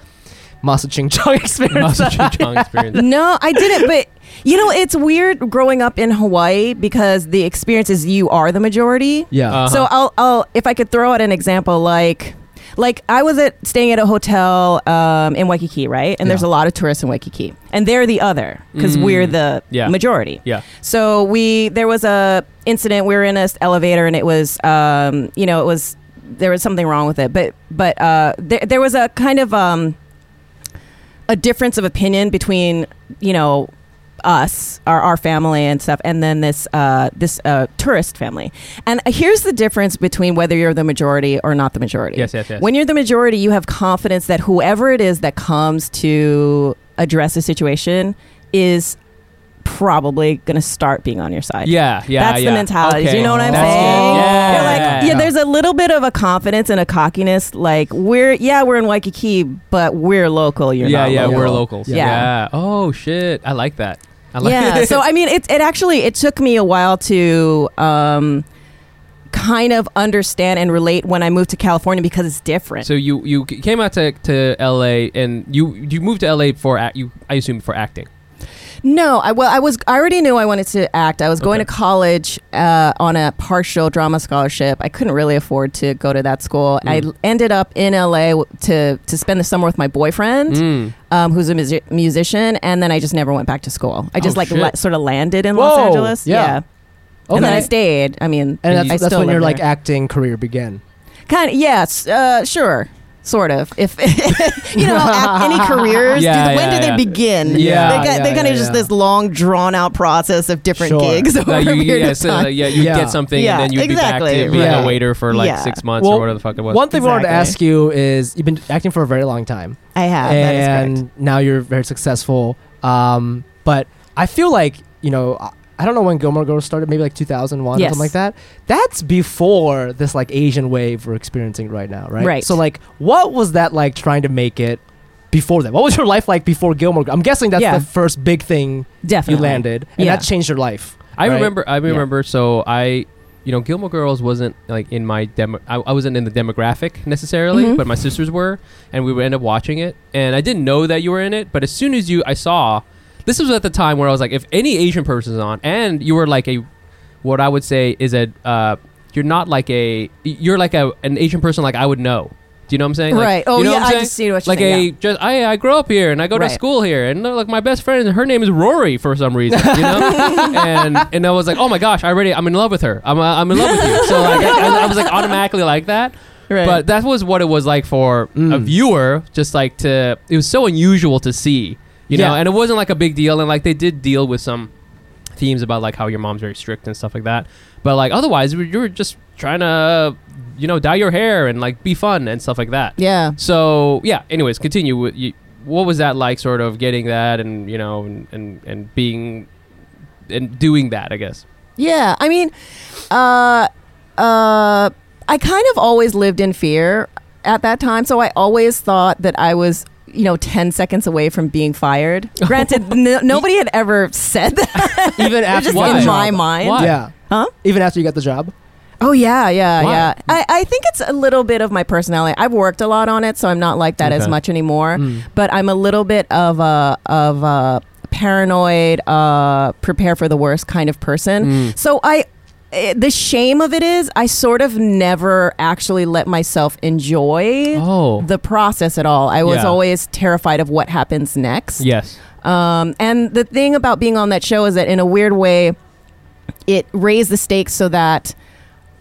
S1: Masa Ching Chong experience.
S2: Master Cheech Chong experience.
S3: No, I didn't. But you know, it's weird growing up in Hawaii because the experience is you are the majority.
S1: yeah.
S2: Uh,
S3: So
S2: Uh-huh.
S3: I'll, I'll if I could throw out an example like like I was at staying at a hotel um, in Waikiki, right? And there's
S1: Yeah.
S3: a lot of tourists in Waikiki, and they're the other because we're the
S2: Mm. Yeah.
S3: majority.
S2: Yeah.
S3: So we there was a incident. We were in a s- elevator, and it was um, you know it was there was something wrong with it, but but uh, there there was a kind of um, a difference of opinion between you know us our, our family and stuff and then this uh, this uh, tourist family and here's the difference between whether you're the majority or not the majority
S2: Yes, yes, yes.
S3: when you're the majority you have confidence that whoever it is that comes to address the situation is probably going to start being on your side
S2: Yeah, yeah,
S3: that's
S2: yeah.
S3: the mentality. Do
S2: Okay.
S3: you know what I'm
S2: That's good.
S3: saying?
S2: Yeah.
S3: You're like, yeah, there's a little bit of a confidence and a cockiness. Like we're, yeah, we're in Waikiki, but we're local. You're
S2: yeah,
S3: not
S2: yeah,
S3: local.
S2: we're locals.
S3: Yeah.
S2: Oh shit, I like that. I like
S3: yeah.
S2: It.
S3: so I mean, it it actually it took me a while to um, kind of understand and relate when I moved to California because it's different.
S2: So you you c- came out to, to L.A. and you you moved to L.A. for act, you I assume for acting.
S3: No, I well, I was I already knew I wanted to act. I was going
S2: Okay.
S3: to college uh, on a partial drama scholarship. I couldn't really afford to go to that school.
S1: Mm.
S3: I ended up in LA w- to to spend the summer with my boyfriend,
S1: Mm.
S3: um, who's a music- musician, and then I just never went back to school. I just
S2: Oh,
S3: like
S2: shit.
S3: la- sort of landed in
S1: Whoa,
S3: Los Angeles.
S1: yeah.
S3: And then I stayed. I mean,
S1: And that's,
S3: I
S1: that's
S3: still
S1: when
S3: live
S1: your
S3: there.
S1: like acting career began.
S3: kind of yes, uh, sure, sort of. If you know, act, any careers,
S2: Yeah,
S3: do- when
S2: yeah,
S3: do
S2: yeah.
S3: they begin?
S2: Yeah,
S3: they
S1: yeah,
S3: got, they're kind
S1: yeah,
S3: of just
S1: yeah.
S3: this long, drawn out process of different
S1: Sure.
S3: gigs over
S2: Like,
S3: a
S2: you,
S3: period
S2: yeah,
S3: of
S2: so,
S3: time.
S2: like, yeah, you
S1: Yeah.
S2: get something
S3: Yeah,
S2: and then you'd be back
S3: exactly,
S2: to being
S1: right.
S2: a waiter for like
S3: Yeah.
S2: six months
S1: Well,
S2: or whatever the fuck it was.
S1: One thing we wanted to
S3: Exactly.
S1: ask you is you've been acting for a very long time,
S3: I have. Uh, that is correct.
S1: and now you're very successful. Um, but I feel like you know. I- I don't know when Gilmore Girls started, maybe like 2001 or
S3: Yes.
S1: something like that. That's before this like Asian wave we're experiencing right now, right?
S3: Right.
S1: So like, what was that like trying to make it before that? What was your life like before Gilmore? I'm guessing that's
S3: Yeah.
S1: the first big thing
S3: Definitely.
S1: you landed, and
S3: Yeah.
S1: that changed your life.
S2: I
S1: right?
S2: remember. I remember. So I, you know, Gilmore Girls wasn't like in my demo. I, I wasn't in the demographic necessarily,
S3: Mhm.
S2: but my sisters were, and we would end up watching it. And I didn't know that you were in it, but as soon as you, I saw. This was at the time where I was like, if any Asian person's on, and you were like a, what I would say is a, uh, you're not like a, you're like a an Asian person like I would know. Do you know what I'm saying? Like,
S3: Right. Oh,
S2: you know
S3: yeah,
S2: what I'm
S3: I
S2: saying?
S3: just see what you
S2: like
S3: mean,
S2: a
S3: yeah.
S2: just I I grew up here and I go
S3: Right.
S2: to school here and uh, like my best friend her name is Rory for some reason you know and and I was like oh my gosh I already I'm in love with her I'm uh, I'm in love with you so like I, I was like automatically like that
S3: Right. Mm.
S2: but that was what it was like for a viewer just like to it was so unusual to see you know
S1: Yeah.
S2: and it wasn't like a big deal and like they did deal with some themes about like how your mom's very strict and stuff like that. But like otherwise, you were just trying to, you know, dye your hair and like be fun and stuff like that.
S3: yeah.
S2: So yeah. Anyways, continue. with you- What was that like? Sort of getting that and you know and and, and being and doing that. I guess.
S3: Yeah, I mean, uh, uh, I kind of always lived in fear at that time, so I always thought that I was, you know, ten seconds away from being fired. Granted, no, nobody had ever said that,
S1: Even after
S3: just
S1: you got
S2: in
S1: the
S3: my
S1: job.
S3: mind.
S2: Why?
S1: yeah.
S3: Huh?
S1: Even after you got the job,
S3: Oh yeah, yeah,
S2: Why?
S3: yeah. I, I think it's a little bit of my personality. I've worked a lot on it, so I'm not like that as
S2: Okay. Hmm.
S3: much anymore. But I'm a little bit of a of a paranoid, uh, prepare for the worst kind of person.
S2: Hmm.
S3: So I. eh, the shame of it is, I sort of never actually let myself enjoy
S2: Oh.
S3: the process at all. I was
S2: Yeah.
S3: always terrified of what happens next.
S2: Yes.
S3: Um, and the thing about being on that show is that in a weird way, it raised the stakes so that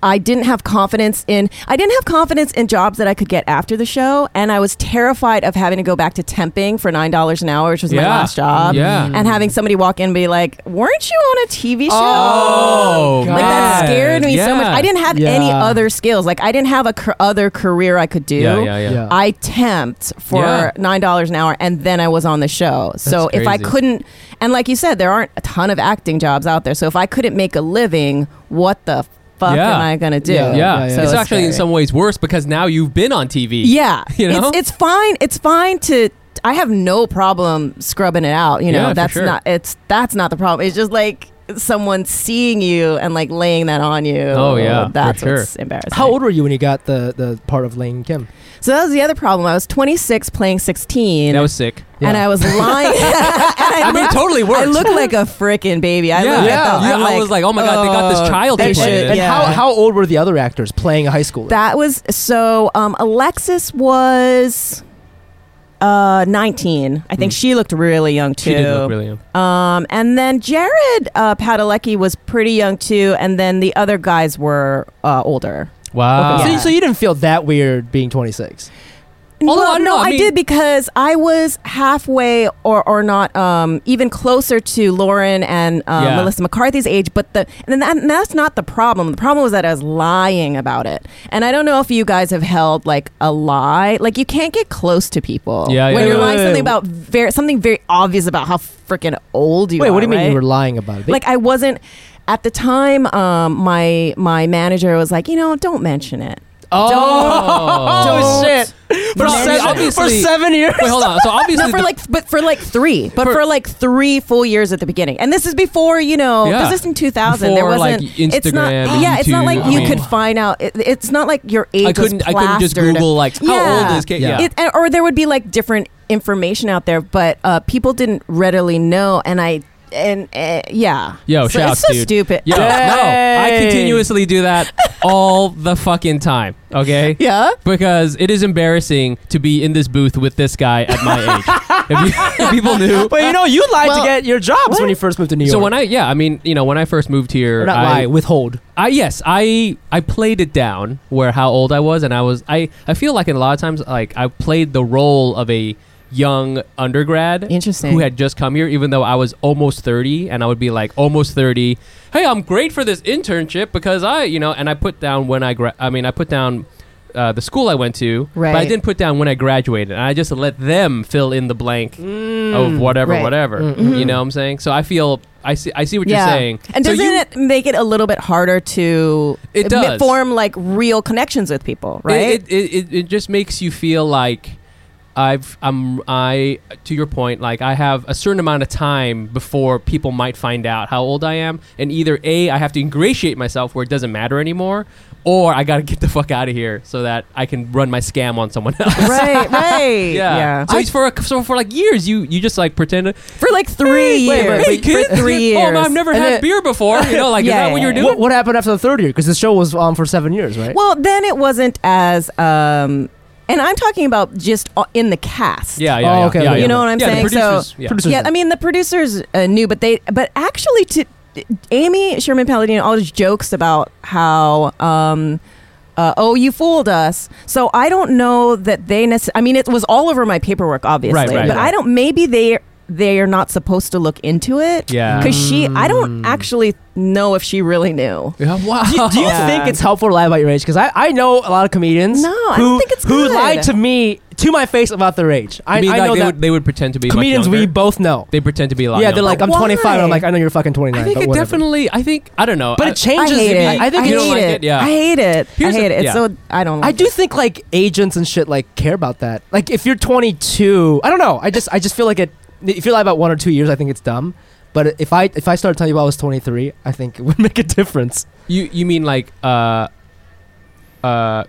S3: I didn't have confidence in I didn't have confidence in jobs that I could get after the show, and I was terrified of having to go back to temping for nine dollars an hour, which was my
S2: Yeah.
S3: last job, Mm.
S2: Yeah.
S3: and having somebody walk in and be like, "Weren't you on a TV show?"
S2: Oh,
S3: like that
S2: God.
S3: scared me so much.
S2: Yeah.
S3: I didn't have any
S1: Yeah.
S3: other skills. Like I didn't have a ca- other career I could do.
S2: Yeah, yeah, yeah.
S1: Yeah.
S3: I temped for
S2: Yeah.
S3: nine dollars an hour, and then I was on the show. so if I
S2: crazy.
S3: couldn't, and like you said, there aren't a ton of acting jobs out there. So if I couldn't make a living, what the fuck
S2: Yeah.
S3: am I gonna do?
S1: Yeah,
S2: Yeah,
S1: yeah, yeah.
S2: it's,
S1: So it's
S2: actually in
S3: scary.
S2: some ways worse because now you've been on TV.
S3: Yeah,
S2: You know?
S3: it's, it's fine. It's fine to. I have no problem scrubbing it out. You know,
S2: Yeah, for
S3: that's
S2: sure.
S3: not. It's that's not the problem. It's just like someone seeing you and like laying that on you.
S2: Oh, yeah, for
S3: that's
S2: sure.
S3: what's embarrassing.
S1: How old were you when you got the, the part of Lane Kim?
S3: So that was the other problem. I was 26 playing 16.
S2: that was sick.
S3: and
S1: Yeah.
S3: I was lying. And I,
S2: I mean, it
S3: looked-
S2: totally works.
S3: I look like a freaking baby. I
S2: yeah,
S3: look
S2: yeah.
S3: at them.
S2: Yeah,
S3: I'm
S2: I was like, oh my god, they got
S1: uh,
S2: this child
S3: they
S2: to play
S3: should-
S2: this.
S1: And
S3: yeah.
S1: how, how old were the other actors playing a high schooler?
S3: that was so. Um, Alexis was uh 19. I think she looked really young too.
S2: Mm. She did look really young.
S3: Um, and then Jared uh, Padalecki was pretty young too, and then the other guys were uh, older.
S2: Wow.
S1: so,
S3: Yeah.
S1: so you didn't feel that weird being 26.
S2: Although, I
S3: well,
S2: don't
S3: no,
S2: know, I
S3: I,
S2: mean-
S3: did because I was halfway or or not um, even closer to Lauren and um,
S2: Yeah.
S3: Melissa McCarthy's age. But the and, that, and that's not the problem. The problem was that I was lying about it. And I don't know if you guys have held like a lie. Like you can't get close to people
S2: Yeah, yeah,
S3: when you're
S2: yeah.
S3: lying
S1: Wait,
S3: something
S1: wait,
S3: about very something very obvious about how freaking old you
S1: Wait,
S3: are.
S1: what do you mean
S3: right?
S1: you were lying about it? They-
S3: like I wasn't at the time. Um, my my manager was like, you know, don't mention it.
S2: Oh,
S3: shit.
S2: For
S3: No,
S2: seven-
S1: for
S2: obviously-
S1: seven years.
S2: Wait, hold on. So obviously,
S3: No, for
S2: the-
S3: like, but for like three, but for,
S2: For-
S3: like three full years at the beginning, and this is before you know,
S2: Yeah.
S3: this is in two thousand. there
S2: Before, like,
S3: wasn't. it's not.
S2: Instagram and
S3: Yeah, it's not
S2: YouTube.
S3: like
S2: I
S3: you
S2: mean-
S3: could find out. It, it's not like your age.
S2: I
S3: was
S2: couldn't. I couldn't just
S3: plastered.
S2: Google like how
S3: Yeah.
S2: old is Kate.
S1: Yeah.
S2: Yeah.
S3: It, and- or there would be like different information out there, but uh, people didn't readily know, and I and uh, yeah,
S2: Yo,
S3: so
S2: shouts,
S3: it's so
S2: dude.
S3: stupid.
S2: Yo, no, I continuously do that all the fucking time. Okay.
S3: yeah.
S2: Because it is embarrassing to be in this booth with this guy at my age. if, you, if people knew.
S1: But you know, you lied
S3: Well,
S1: to get your jobs when you first moved to New York.
S2: So when I yeah, I mean, you know, when I first moved here,
S1: Or not
S2: I,
S1: lie, withhold.
S2: I yes, I I played it down where how old I was, and I was I I feel like in a lot of times like I played the role of a young undergrad
S3: Interesting.
S2: who had just come here, even though I was almost thirty, and I would be like almost thirty. Hey, I'm great for this internship because I you know, and I put down when I gra- I mean I put down. Uh, the school I went to, but I
S3: Right.
S2: didn't put down when I graduated. And I just let them fill in the blank of whatever,
S3: Mm. Right. Mm-hmm.
S2: whatever. You know what I'm saying? So I feel I see. I see what you're saying.
S3: And
S2: So
S3: doesn't
S2: you-
S3: it make it a little bit harder to
S2: It
S3: admit-
S2: does.
S3: form like real connections with people, right?
S2: It it, it, it just makes you feel like I've I'm I to your point like I have a certain amount of time before people might find out how old I am and either a I have to ingratiate myself where it doesn't matter anymore or I got to get the fuck out of here so that I can run my scam on someone else.
S3: right, right.
S2: Yeah.
S3: yeah.
S2: So it's for a, so for like years you you just like pretend to,
S3: for like three
S2: Hey, wait,
S3: years.
S2: wait, wait,
S3: for three
S2: Oh,
S3: years.
S2: no, I've never
S1: And
S2: had
S1: then-
S2: beer before. You know, like
S3: Yeah,
S2: is that what
S3: yeah,
S2: you're
S3: yeah.
S2: doing?
S1: What, what happened after the third year? Because the show was on for seven years, right?
S3: Well, then it wasn't as um and I'm talking about just uh, in the cast.
S2: Yeah,
S1: Oh,
S2: yeah, yeah,
S1: okay,
S2: yeah,
S1: okay.
S2: yeah.
S3: You know what I'm
S2: Yeah, the
S3: saying? So-
S2: producers- yeah.
S1: Producers.
S3: Yeah, I mean the producers uh, knew, but they but actually to Amy Sherman Palladino always jokes about how um uh, oh you fooled us. So I don't know that they necessarily. I mean it was all over my paperwork obviously,
S2: Right, right,
S3: but
S2: right.
S3: I don't maybe they they are not supposed to look into it.
S2: Yeah.
S3: Cuz she I don't actually know if she really knew.
S2: Yeah, wow.
S1: do, do you
S3: Yeah.
S1: think it's helpful to lie about your age? Because I, I know a lot of comedians
S3: No, I don't
S1: who,
S3: think it's
S1: who
S3: good.
S1: lied to me, to my face, about their age. I,
S2: I mean,
S1: I
S2: like,
S1: know
S2: they,
S1: that
S2: would, they would pretend to be much
S1: comedians we
S2: younger.
S1: both know.
S2: They pretend to be a lot
S1: yeah, they're
S2: younger.
S1: like, I'm
S3: Why?
S1: 25. And I'm like, I know you're fucking 29.
S2: I think
S1: but
S2: it
S1: whatever.
S2: definitely. I think I don't know.
S1: But
S2: I-
S1: it changes.
S3: I hate
S1: if
S3: it.
S1: you- I think
S3: I
S1: you
S3: hate
S1: don't
S2: like
S3: it.
S2: it, yeah.
S3: I hate it.
S2: Here's
S3: I hate
S2: the-
S3: it. It's
S2: yeah.
S3: so I don't like
S1: I do
S3: it.
S1: think like agents and shit like care about that. Like if you're 22, I don't know. I just I just feel like it. If you lie about one or two years, I think it's dumb. But if I if I started telling you I was 23, I think it would make a difference.
S2: you you mean like uh uh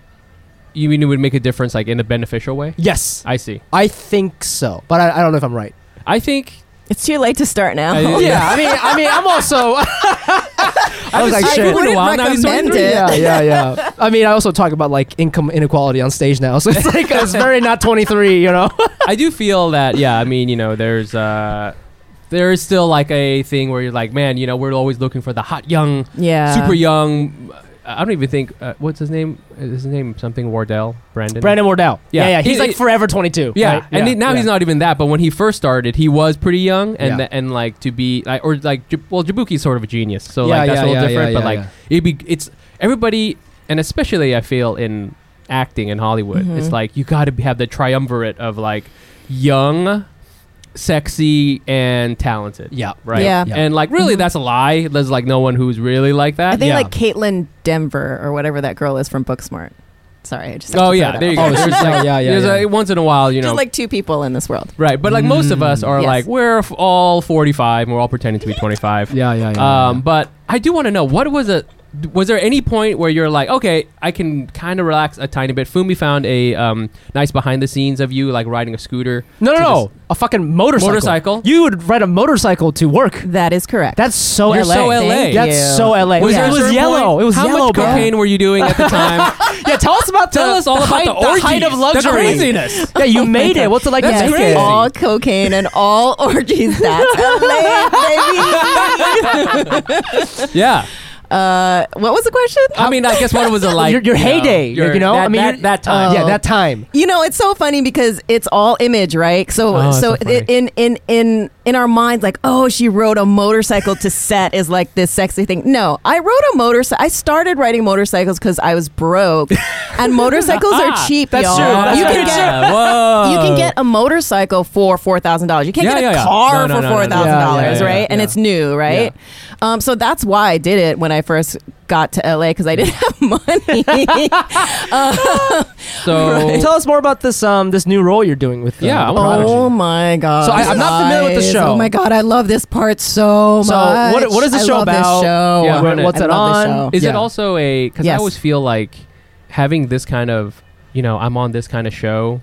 S2: you mean it would make a difference like in a beneficial way?
S1: Yes,
S2: I see.
S1: I think so. But I, I don't know if I'm right.
S2: I think
S3: It's too late to start now.
S2: I-
S1: Oh, Yeah, I mean I mean I'm also. I was like,
S3: I
S1: shit.
S3: wouldn't
S2: Been a while now, he's
S3: recommend
S2: 23.
S3: it.
S1: Yeah, yeah, yeah. I mean, I also talk about like income inequality on stage now, so it's like it's very not 23, you know.
S2: I do feel that yeah. I mean you know there's uh there is still like a thing where you're like, man, you know, we're always looking for the hot young,
S3: Yeah.
S2: super young. I don't even think uh, what's his name. Is his name something Wardell Brandon?
S1: Brandon Wardell. Yeah,
S2: Yeah.
S1: yeah. He's
S2: He-
S1: like
S2: he-
S1: forever 22.
S2: Yeah,
S1: right?
S2: and he- now
S1: yeah.
S2: he's not even that. But when he first started, he was pretty young, and
S1: Yeah.
S2: th- and like to be like or like Jab- well, Jabuki's sort of a genius, so
S1: Yeah,
S2: like that's
S1: yeah,
S2: a little
S1: yeah,
S2: different.
S1: yeah,
S2: but
S1: yeah,
S2: like it'd be it's everybody, and especially I feel in acting in Hollywood, it's
S3: Mm-hmm.
S2: like you got to have the triumvirate of like young, sexy, and talented.
S1: Yeah.
S2: right.
S3: Yeah.
S1: Yeah.
S2: and like really, that's a lie. There's like no one who's really like that.
S3: Mm-hmm. I think
S1: yeah.
S3: like Caitlin Denver or whatever that girl is from Booksmart. Sorry, I just.
S2: oh yeah, there you go.
S1: Oh, it's
S2: There's,
S1: just-
S2: like-
S1: yeah, yeah,
S2: there's,
S1: yeah.
S2: like, once in a while, you know,
S3: Just like two people in this world.
S2: Right, but like most of us
S1: Mm,
S2: are
S3: Yes.
S2: like we're f- all 45 and we're all pretending to be 25.
S1: Yeah, yeah, yeah. yeah,
S2: Um,
S1: yeah.
S2: but I do want to know what was a was there any point where you're like, okay, I can kind of relax a tiny bit? Fumi found a um, nice behind the scenes of you like riding a scooter.
S1: no, no,
S2: to
S1: no. A fucking motorcycle.
S2: Motorcycle?
S1: You would ride a motorcycle to work.
S3: That is correct.
S1: That's so
S2: You're
S1: LA.
S2: so LA. Thank
S1: That's
S3: you.
S1: so LA.
S2: Just, was there
S1: it
S2: a
S1: was
S2: certain
S1: yellow.
S2: point-
S1: It was
S2: How
S1: yellow,
S2: much
S1: bro.
S2: cocaine were you doing at the time?
S1: Yeah, tell us about
S2: Tell
S1: the,
S2: us all
S1: the
S2: about
S1: height,
S2: the orgies,
S1: height of
S2: the
S1: luxury.
S2: craziness.
S1: Yeah, you made it. What's it like
S2: That's
S1: to make
S2: crazy.
S1: it?
S3: all cocaine and all orgies. That's LA, baby.
S2: yeah.
S3: Uh, what was the question?
S2: I mean, I guess what was it like?
S1: your, your
S2: you know,
S1: heyday, you know.
S2: your-
S1: I
S2: that-
S1: mean,
S2: that,
S1: you're-
S2: that time.
S1: Yeah, that time.
S3: You know, it's so funny because it's all image, right? So,
S2: Oh, that's
S3: so
S2: so funny.
S3: in in in in our minds, like, oh, she rode a motorcycle to set is like this sexy thing. No, I rode a motorcycle. I started riding motorcycles because I was broke, and motorcycles are cheap,
S1: Ah, That's
S3: y'all.
S1: true. That's
S3: you can
S1: true.
S3: get
S2: Oh, Yeah, whoa.
S3: you
S1: Uh,
S3: can get a motorcycle for four thousand dollars. You can't
S2: Yeah,
S3: get a
S2: yeah, yeah.
S3: car
S2: No, no,
S3: for
S2: no, no,
S3: four
S2: no.
S3: thousand
S1: Yeah, yeah,
S3: dollars,
S1: yeah,
S3: right? And
S1: yeah.
S3: it's new, right? Um, so that's why I did it when I first got to LA because I didn't have money.
S2: so.
S1: Tell us more about this um this new role you're doing with. Um,
S2: Yeah, I
S1: the
S2: wanna-
S1: Prodigy.
S3: Oh my god!
S1: So I- I'm not familiar with the show.
S3: Oh my god, I love this part so,
S1: So
S3: much.
S1: what, what is the
S3: I
S1: show
S3: love this
S1: about?
S3: show.
S2: Yeah,
S1: What-
S2: run it.
S1: what's
S3: Oh, I
S1: it
S3: love
S1: on?
S3: this show.
S2: Is it
S3: Yeah.
S2: also a? Because I
S3: Yes.
S2: always feel like having this kind of, you know, I'm on this kind of show,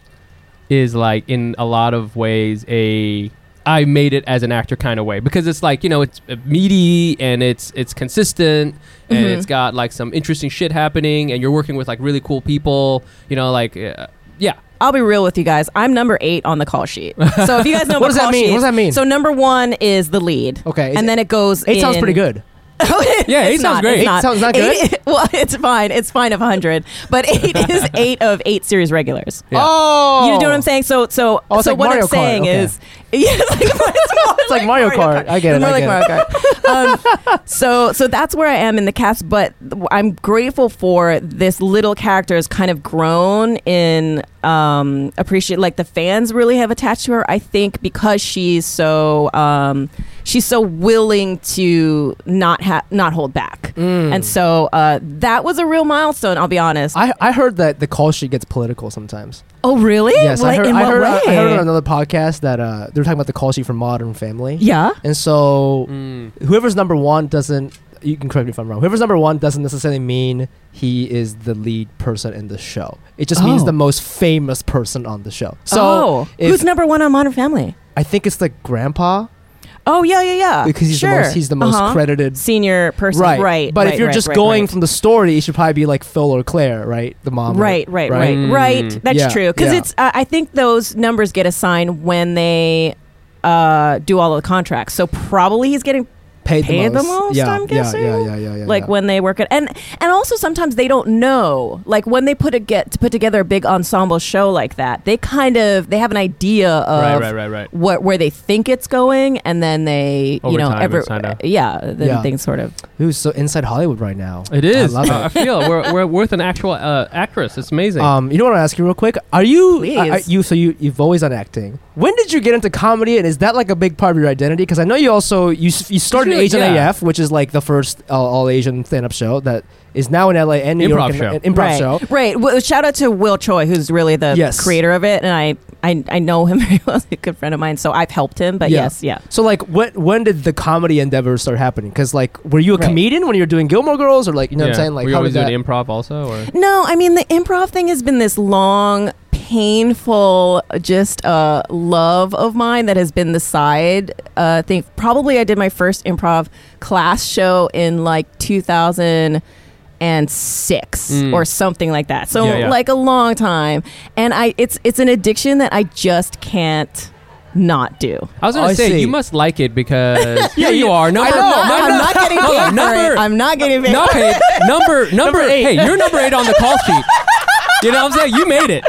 S2: is like in a lot of ways a I made it as an actor kind of way because it's like you know it's uh, meaty and it's it's consistent and
S1: Mm-hmm.
S2: it's got like some interesting shit happening and you're working with like really cool people, you know, like uh, yeah,
S3: I'll be real with you guys. I'm number eight on the call sheet. So if you guys know
S1: What does that
S3: call
S1: mean? What
S3: sheet-
S1: does that mean?
S3: So number one is the lead.
S1: Okay, is
S3: and
S1: it-
S3: then it goes.
S1: It sounds
S3: in-
S1: pretty good.
S2: Yeah, eight
S3: It's
S2: sounds
S3: not,
S2: great.
S3: it's
S2: Eight
S3: not.
S1: sounds not
S3: Eight- well, it's fine. It's fine of hundred, but eight is eight of eight series regulars.
S1: Oh,
S3: You know what I'm saying? So, so,
S1: Oh, it's
S3: so
S1: like
S3: what
S1: Mario
S3: I'm
S1: Kart,
S3: saying
S1: okay.
S3: is, yeah, it's like, it's more
S1: like Mario Kart. I get
S3: It's
S1: it,
S3: More
S1: I
S3: like Mario Kart. Um, so, so that's where I am in the cast. But I'm grateful for this little character has kind of grown in um, appreciate. Like the fans really have attached to her. I think because she's so um, she's so willing to not ha- not hold back. And so uh, that was a real milestone. I'll be honest.
S1: Mm. I, I heard that the call sheet gets political sometimes.
S3: oh, really?
S1: Yes, I
S3: Like,
S1: heard.
S3: in
S1: I
S3: what
S1: heard, I
S3: way?
S1: heard on another podcast that uh, they were talking about the call sheet for Modern Family.
S3: yeah.
S1: And so
S2: Mm.
S1: whoever's number one doesn't. You can correct me if I'm wrong. Whoever's number one doesn't necessarily mean he is the lead person in the show. It just means
S3: Oh.
S1: the most famous person on the show. So
S3: oh,
S1: if-
S3: who's number one on Modern Family?
S1: I think it's the grandpa
S3: Oh yeah, yeah, yeah.
S1: because he's the
S3: Sure.
S1: most he's the most
S3: Uh-huh.
S1: credited.
S3: senior person, right? right
S1: But
S3: right,
S1: if you're
S3: right,
S1: just
S3: right,
S1: going
S3: right.
S1: from the story, it should probably be like Phil or Claire, right? The mom. or-
S3: Right, right,
S1: right?
S3: right,
S2: Mm.
S3: right. That's
S1: Yeah,
S3: true. Because
S1: yeah.
S3: it's, uh, I think those numbers get assigned when they uh, do all of the contracts. So probably he's getting
S1: Paid,
S3: paid
S1: the
S3: the
S1: most.
S3: most,
S1: yeah,
S3: I'm
S1: yeah,
S3: guessing?
S1: Yeah, yeah, yeah, yeah.
S3: like
S1: yeah.
S3: when they work it, and and also sometimes they don't know. Like when they put a get to put together a big ensemble show like that, they kind of they have an idea of
S2: right, right, right, right.
S3: what where they think it's going, and then they
S2: Over
S3: you know
S2: time,
S3: ever
S2: it's kinda-
S3: yeah then
S1: Yeah.
S3: things sort of
S1: Who's so inside Hollywood right now?
S2: It is.
S1: I love
S2: I
S1: it.
S2: feel we're, we're worth an actual uh, actress. It's amazing.
S1: Um, you know what I want to ask you real quick? Are you uh,
S3: Please.
S1: are- are you so you you've always done acting? When did you get into comedy, and is that like a big part of your identity? Because I know you also you s- you started
S2: Really,
S1: Asian
S2: yeah.
S1: AF, which is like the first uh, all Asian stand up show that is now in LA and New
S2: Improv
S1: York,
S2: show.
S1: and, and improv
S3: right.
S1: show.
S3: Right. Well, shout out to Will Choi, who's really the
S1: Yes.
S3: creator of it, and I, I I know him very well. He's a good friend of mine, so I've helped him. But
S1: Yeah.
S3: yes, yeah.
S1: So like when when did the comedy endeavors start happening? Because like were you a
S3: Right.
S1: comedian when you were doing Gilmore Girls or like you know what I'm saying? Like
S2: we
S1: how
S2: always
S1: did that?
S2: doing improv also, or
S3: No, I mean the improv thing has been this long, painful, just uh, love of mine that has been the side uh, thing. Probably I did my first improv class show in like 2000 and six
S2: Mm.
S3: or something like that. So
S2: Yeah, yeah.
S3: like a long time, and I it's it's an addiction that I just can't not do.
S2: I was gonna
S4: I
S2: say
S4: see.
S2: you must like it because yeah, you are number
S3: I know. I'm
S2: number-
S3: not getting
S2: hold
S3: paid
S2: on,
S3: for
S2: number
S3: it. I'm not getting paid.
S2: not paid. Number number,
S1: eight.
S2: eight. Hey, you're number eight on the call sheet. You know what I'm saying? You made it.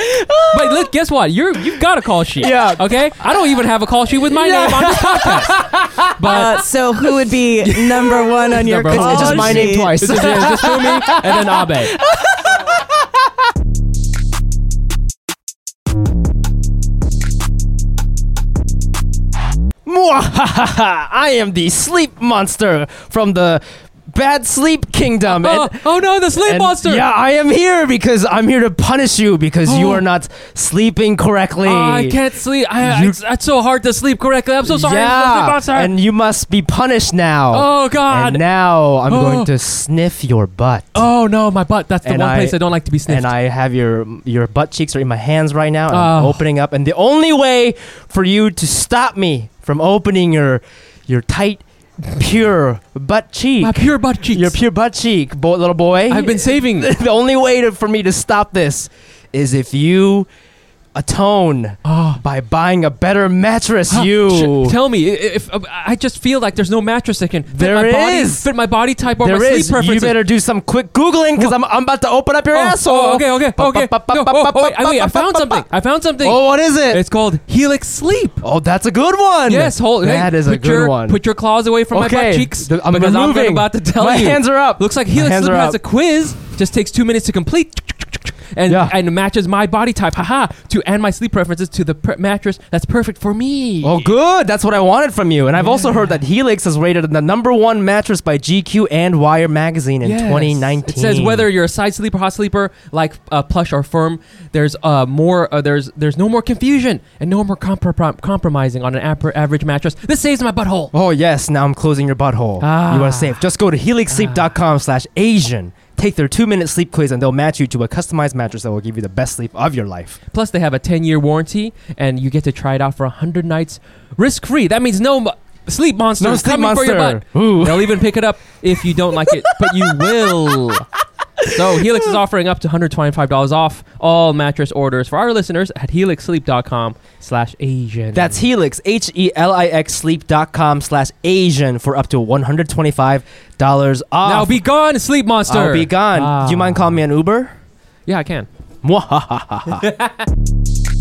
S2: But look, guess what? You're you've got a call sheet.
S1: Yeah.
S2: Okay. I don't even have a call sheet with my name on this podcast. But
S3: Uh, so who would be number one on your
S2: Number
S3: call
S2: one.
S1: It's just my name
S3: sheet?
S1: twice.
S2: this is it. Just for me and then Abe.
S1: Mwahaha! I am the sleep monster from the bad sleep kingdom.
S2: Oh,
S1: and-
S2: oh no, the sleep
S1: and-
S2: monster. Oh.
S1: Yeah, I am here because I'm here to punish you because you are not sleeping correctly.
S2: I can't sleep. I,
S1: You-
S2: it's, it's so hard to sleep correctly. I'm so sorry.
S1: Yeah,
S2: Sleep monster.
S1: and you must be punished now.
S2: oh
S1: and
S2: God.
S1: now I'm
S2: Oh.
S1: going to sniff your butt.
S2: oh no, my butt. That's the
S1: And
S2: one
S1: I-
S2: place I don't like to be sniffed.
S1: And I have your your butt cheeks are in my hands right now. And I'm
S2: Oh.
S1: opening up, and the only way for you to stop me from opening your your tight, pure butt cheek,
S2: my pure butt cheeks.
S1: your pure butt cheek, bo- little boy.
S2: I've been saving.
S1: the only way to, for me to stop this is if you atone
S2: Oh.
S1: by buying a better mattress.
S2: Huh,
S1: you.
S2: sh- tell me i- if, if I just feel like there's no mattress that can fit
S1: There
S2: my body,
S1: is.
S2: fit my body type or
S1: there
S2: my
S1: is.
S2: sleep
S1: You
S2: preferences.
S1: better do some quick googling because I'm, I'm about to open up your
S2: oh,
S1: asshole.
S2: oh, okay, okay, okay. No, oh, oh, wait, I- wait, I found something. I found something.
S1: Oh, what is it?
S2: It's called Helix Sleep.
S1: Oh, that's a good one.
S2: Yes, hold.
S1: That
S2: hey,
S1: is
S2: put
S1: a good
S2: your,
S1: one.
S2: Put your claws away from my
S1: Okay,
S2: butt cheeks
S1: th- I'm
S2: because I'm
S1: removing.
S2: about to tell
S1: My
S2: you.
S1: hands are up.
S2: Looks like
S1: My
S2: Helix
S1: hands
S2: Sleep
S1: are
S2: has
S1: up.
S2: a quiz. Just takes two minutes to complete. And,
S1: Yeah.
S2: and matches my body type, haha, to and my sleep preferences to the pre- mattress that's perfect for me.
S1: Oh, good. That's what I wanted from you. And I've also heard that Helix is rated the number one mattress by GQ and Wire magazine in
S2: Yes.
S1: 2019.
S2: It says whether you're a side sleeper, hot sleeper, like uh, plush or firm. There's uh, more. Uh, there's there's no more confusion and no more compro- compromising on an ap- average mattress. This saves my butthole.
S1: Oh yes, now I'm closing your butthole.
S2: Ah.
S1: You are safe. Just go to helixsleep.com slash Asian. Take their two minute sleep quiz and they'll match you to a customized mattress that will give you the best sleep of your life.
S2: Plus, they have a 10 year warranty, and you get to try it out for 100 nights risk free. That means no mo- sleep monster
S1: No
S2: is
S1: sleep
S2: coming for your
S1: monster.
S2: butt.
S1: Ooh.
S2: They'll even pick it up if you don't like it, but you will. So Helix is offering up to $125 off all mattress orders for our listeners at helixsleep.com slash Asian.
S1: That's Helix, H E L I X sleep.com slash Asian for up to $125 off.
S2: Now be gone, sleep monster.
S1: I'll be gone.
S2: Ah.
S1: Do you mind calling me an Uber?
S2: Yeah, I can.
S1: Mwahahaha.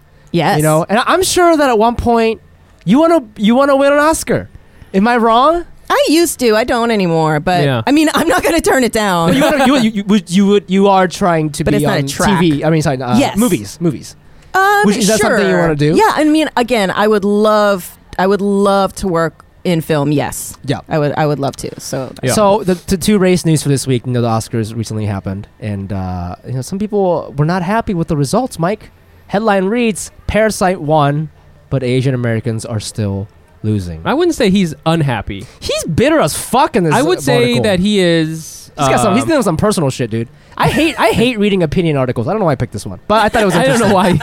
S3: Yes.
S1: you know, and I- I'm sure that at one point you want to you want to win an Oscar. Am I wrong?
S3: I used to. I don't anymore. But
S2: Yeah.
S3: I mean, I'm not going to turn it down.
S1: But you, wanna, you, you, you, would- you would you are trying to
S3: But
S1: be
S3: it's not a
S1: on
S3: track.
S1: TV. I mean, sorry, uh,
S3: Yes.
S1: movies, movies.
S3: Um,
S1: Which- is that something you
S3: sure.
S1: wanna do?
S3: Yeah, I mean, again, I would love, I would love to work in film. Yes,
S1: Yeah.
S3: I would, I would love to. So,
S2: Yeah.
S1: So the, the two race news for this week. You know, the Oscars recently happened, and uh, you know some people were not happy with the results. Mike, headline reads: Parasite won, but Asian Americans are still losing.
S2: I wouldn't say he's unhappy.
S1: He's bitter as fuck in this.
S2: I would say that he is.
S1: He's got some. He's
S2: um,
S1: dealing with some personal shit, dude. I hate. I hate reading opinion articles. I don't know why I picked this one, but I thought it was.
S2: I don't
S1: Interesting.
S2: know why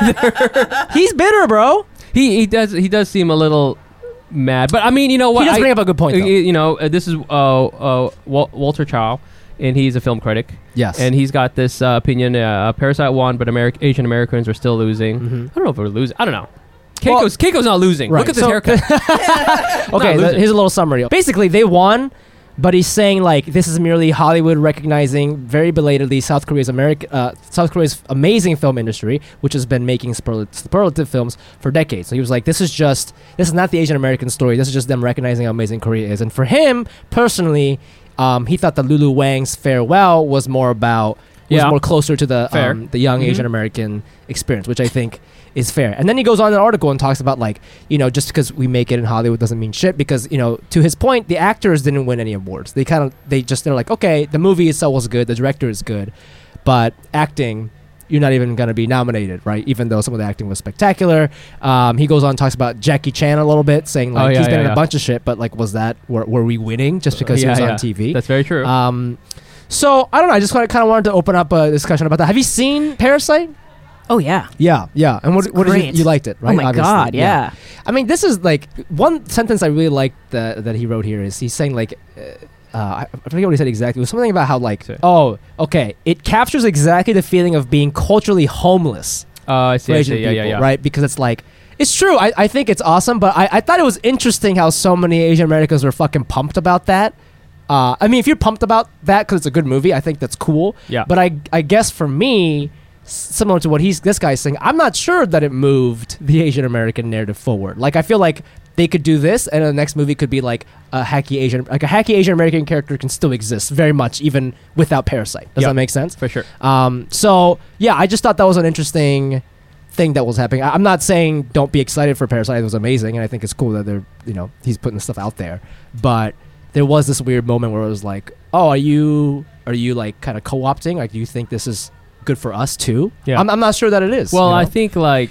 S2: either.
S1: He's bitter, bro.
S2: he he does he does seem a little mad, but I mean you know what
S1: he does
S2: I-
S1: bring up a good point.
S2: Uh,
S1: Though.
S2: You know, uh, this is uh, uh, Wal- Walter Chow, and he's a film critic,
S1: Yes.
S2: and he's got this uh, opinion: uh, Parasite won, but Ameri- Asian Americans are still losing. I don't know if we're losing. I don't know.
S1: Mm-hmm. Well-
S2: Keiko's Keiko's not losing.
S1: Right,
S2: Look at this
S1: so-
S2: haircut.
S1: okay,
S2: losing.
S1: th- here's a little summary. Basically, they won, but he's saying like this is merely Hollywood recognizing very belatedly South Korea's America, uh, South Korea's amazing film industry, which has been making superl- superlative films for decades. So he was like, this is just this is not the Asian American story. This is just them recognizing how amazing Korea is. And for him personally, um, he thought that Lulu Wang's farewell was more about was
S2: Yeah.
S1: more closer to the
S2: Fair.
S1: um, the young
S2: Mhm.
S1: Asian American experience, which I think is fair. And then he goes on in an article and talks about like you know just because we make it in Hollywood doesn't mean shit because you know to his point the actors didn't win any awards. They kind of they just they're like okay the movie itself was good, the director is good, but acting you're not even going to be nominated right even though some of the acting was spectacular um, he goes on and talks about jackie chan a little bit saying like
S2: Oh, yeah,
S1: he's been
S2: yeah,
S1: in a
S2: yeah. Uh,
S1: bunch of shit but like was that were, were we winning just because
S2: Yeah,
S1: he was
S2: yeah.
S1: on tv
S2: That's very true.
S1: um, so I don't know. I just kind of wanted to open up a discussion about that. Have you seen Parasite?
S3: Oh yeah.
S1: Yeah, yeah. And what,
S3: It's
S1: what did you,
S3: great.
S1: you liked it, right?
S3: oh my
S1: Obviously,
S3: god. Yeah.
S1: I mean, this is like one sentence I really like that that he wrote here is he's saying like. Uh, uh, I I forget what he said exactly. It was something about how, like,
S2: Sorry.
S1: oh, okay, it captures exactly the feeling of being culturally homeless
S2: uh, I
S1: for
S2: see, I
S1: Asian
S2: see. Yeah,
S1: people,
S2: yeah, yeah.
S1: right? Because it's like, it's true. I, I think it's awesome, but I, I thought it was interesting how so many Asian Americans were fucking pumped about that. Uh, I mean, if you're pumped about that because it's a good movie, I think that's cool.
S2: Yeah.
S1: But I, I guess for me, s- similar to what he's this guy's saying, I'm not sure that it moved the Asian American narrative forward. Like I feel like they could do this, and the next movie could be like a hacky Asian, like a hacky Asian American character can still exist very much even without Parasite. Does
S2: Yeah.
S1: that make sense?
S2: For sure.
S1: Um, so yeah, I just thought that was an interesting thing that was happening. I, I'm not saying don't be excited for Parasite. It was amazing, and I think it's cool that they're you know he's putting this stuff out there. But there was this weird moment where it was like, oh, are you are you like kind of co-opting? Like, do you think this is good for us too?
S2: Yeah.
S1: I'm, I'm not sure that it is.
S2: Well,
S1: you
S2: I
S1: know?
S2: think like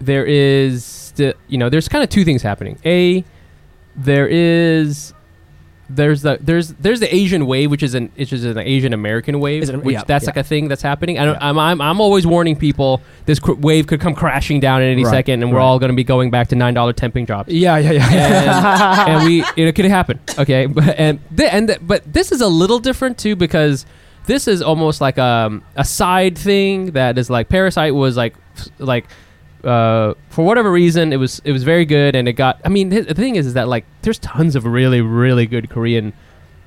S2: there is, sti- you know, there's kind of two things happening. A, there is, there's the there's there's the Asian wave, which is an which is an Asian American wave,
S1: Is it-
S2: which
S1: yeah,
S2: that's
S1: yeah.
S2: like a thing that's happening. I don't,
S1: Yeah.
S2: I'm, I'm I'm always warning people this cr- wave could come crashing down at any
S1: Right,
S2: second, and we're
S1: right.
S2: all going to be going back to nine dollar temping jobs
S1: yeah, yeah, yeah,
S2: and, and we it could happen. Okay, but and th- and th- but this is a little different too because this is almost like um, a side thing that is like Parasite was like f- like uh, for whatever reason it was it was very good and it got. I mean th- the thing is is that like there's tons of really really good Korean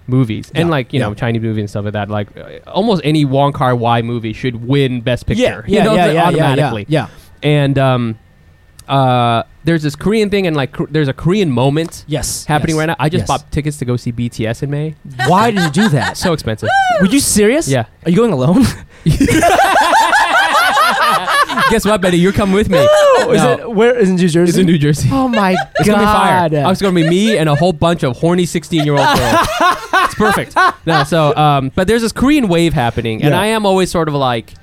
S2: movies and
S1: Yeah,
S2: like you know
S1: yeah.
S2: Chinese movies and stuff like that. Like uh, almost any Wong Kar Wai movie should win Best Picture.
S1: yeah, yeah,
S2: you know,
S1: yeah,
S2: th-
S1: yeah,
S2: automatically
S1: Yeah, yeah.
S2: and um, uh, there's this Korean thing, and like Kor- there's a Korean moment
S1: yes,
S2: happening
S1: yes,
S2: right now. I just
S1: yes.
S2: bought tickets to go see BTS in May.
S1: Why did you do that?
S2: So expensive.
S1: Were you serious?
S2: Yeah.
S1: Are you going alone?
S2: Guess what, Betty? You're coming with me.
S1: Is
S2: No,
S1: it, where is it New Jersey?
S2: it's in New Jersey.
S1: Oh my god!
S2: It's gonna be fire. Oh, It's gonna be me and a whole bunch of horny 16 year old girls. it's perfect. No, so um, but there's this Korean wave happening, and
S1: Yeah.
S2: I am always sort of like,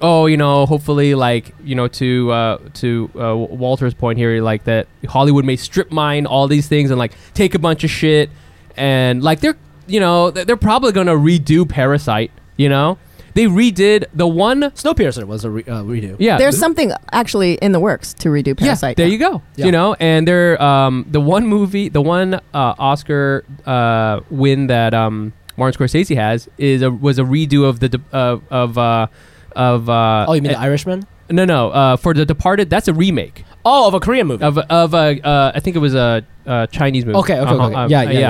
S2: oh, you know, hopefully, like you know, to uh, to uh, Walter's point here, like that Hollywood may strip mine all these things and like take a bunch of shit, and like they're you know th- they're probably gonna redo Parasite. You know, they redid the one.
S1: Snowpiercer was a re- uh, redo.
S2: Yeah,
S3: There's
S2: th-
S3: something actually in the works to redo Parasite.
S2: there you go.
S1: Yeah.
S2: You know, and they're um, the one movie, the one uh, Oscar uh, win that um, Martin Scorsese has is a, was a redo of the de- of of uh, of uh,
S1: Oh, you mean The Irishman?
S2: no no uh, for the Departed. That's a remake
S1: Oh, of a Korean movie.
S2: of of a uh, I think it was a, uh Chinese movie.
S1: okay, okay,
S2: Uh-huh,
S1: okay.
S2: uh,
S1: yeah, yeah,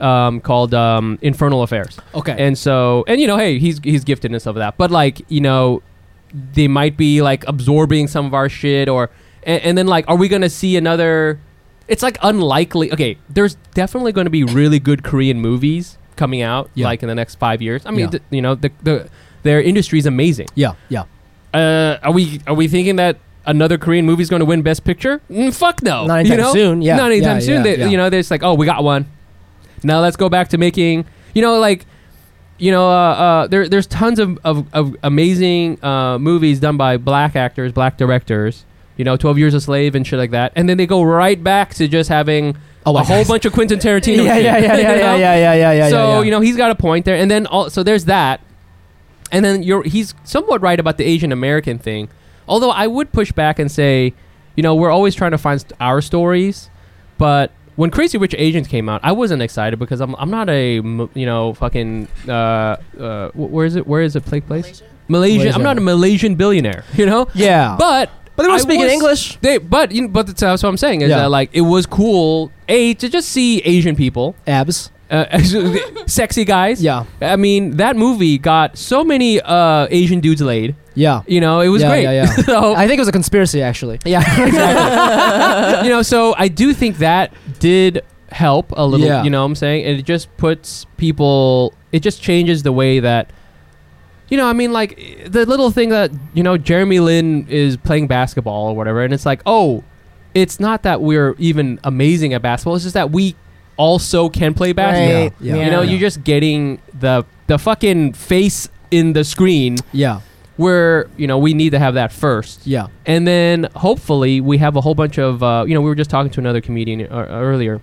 S1: yeah,
S2: Um, called um, Infernal Affairs.
S1: Okay.
S2: And so, and you know, hey, he's he's gifted and stuff like that. But like, you know, they might be like absorbing some of our shit, or and, and then like, are we gonna see another? It's like unlikely. Okay, there's definitely going to be really good Korean movies coming out
S1: Yeah.
S2: like in the next five years. I mean,
S1: Yeah.
S2: th- you know, the, the their industry is amazing.
S1: yeah, yeah.
S2: Uh, are we are we thinking that another Korean movie is going to win Best Picture? Mm, fuck no.
S1: Not
S2: you
S1: anytime
S2: know?
S1: soon, yeah.
S2: Not anytime
S1: Yeah,
S2: soon.
S1: yeah,
S2: they,
S1: yeah.
S2: You know, they're just like, oh, we got one. Now let's go back to making. You know, like, you know, uh, uh, there there's tons of of, of amazing uh, movies done by black actors, black directors. You know, Twelve Years a Slave and shit like that, and then they go right back to just having
S1: Oh, my
S2: a whole
S1: gosh.
S2: bunch of Quentin Tarantino.
S1: yeah,
S2: shit,
S1: yeah, yeah, yeah,
S2: you
S1: yeah, yeah,
S2: know?
S1: yeah, yeah, yeah.
S2: so
S1: yeah.
S2: you know he's got a point there, and then all, so there's that, and then you're he's somewhat right about the Asian American thing, although I would push back and say, you know, we're always trying to find st- our stories, but when Crazy Rich Asians came out, I wasn't excited because I'm I'm not a m- you know fucking uh, uh wh- where is it where is it take place Malaysian.
S1: Malaysia.
S2: I'm not a Malaysian billionaire, you know.
S1: yeah,
S2: But
S1: but they don't
S2: I
S1: speak in
S2: was-
S1: English.
S2: They but you know, but that's, that's what I'm saying is
S1: Yeah.
S2: that like it was cool a to just see Asian people
S1: Abs.
S2: uh, sexy guys.
S1: Yeah,
S2: I mean, that movie got so many uh, Asian dudes laid.
S1: yeah.
S2: You know, it was
S1: yeah,
S2: great.
S1: Yeah, yeah.
S2: so,
S1: I think it was a conspiracy, actually.
S2: yeah, exactly. you know, so I do think that did help a little.
S1: Yeah.
S2: You know what I'm saying? And it just puts people, it just changes the way that. You know, I mean, like the little thing that you know, Jeremy Lin is playing basketball or whatever, and it's like, oh, it's not that we're even amazing at basketball; it's just that we also can play basketball.
S3: Right.
S1: Yeah, yeah.
S2: You know,
S1: Yeah.
S2: you're just getting the the fucking face in the screen
S1: Yeah.
S2: where you know we need to have that first
S1: Yeah.
S2: and then hopefully we have a whole bunch of uh, you know we were just talking to another comedian uh, earlier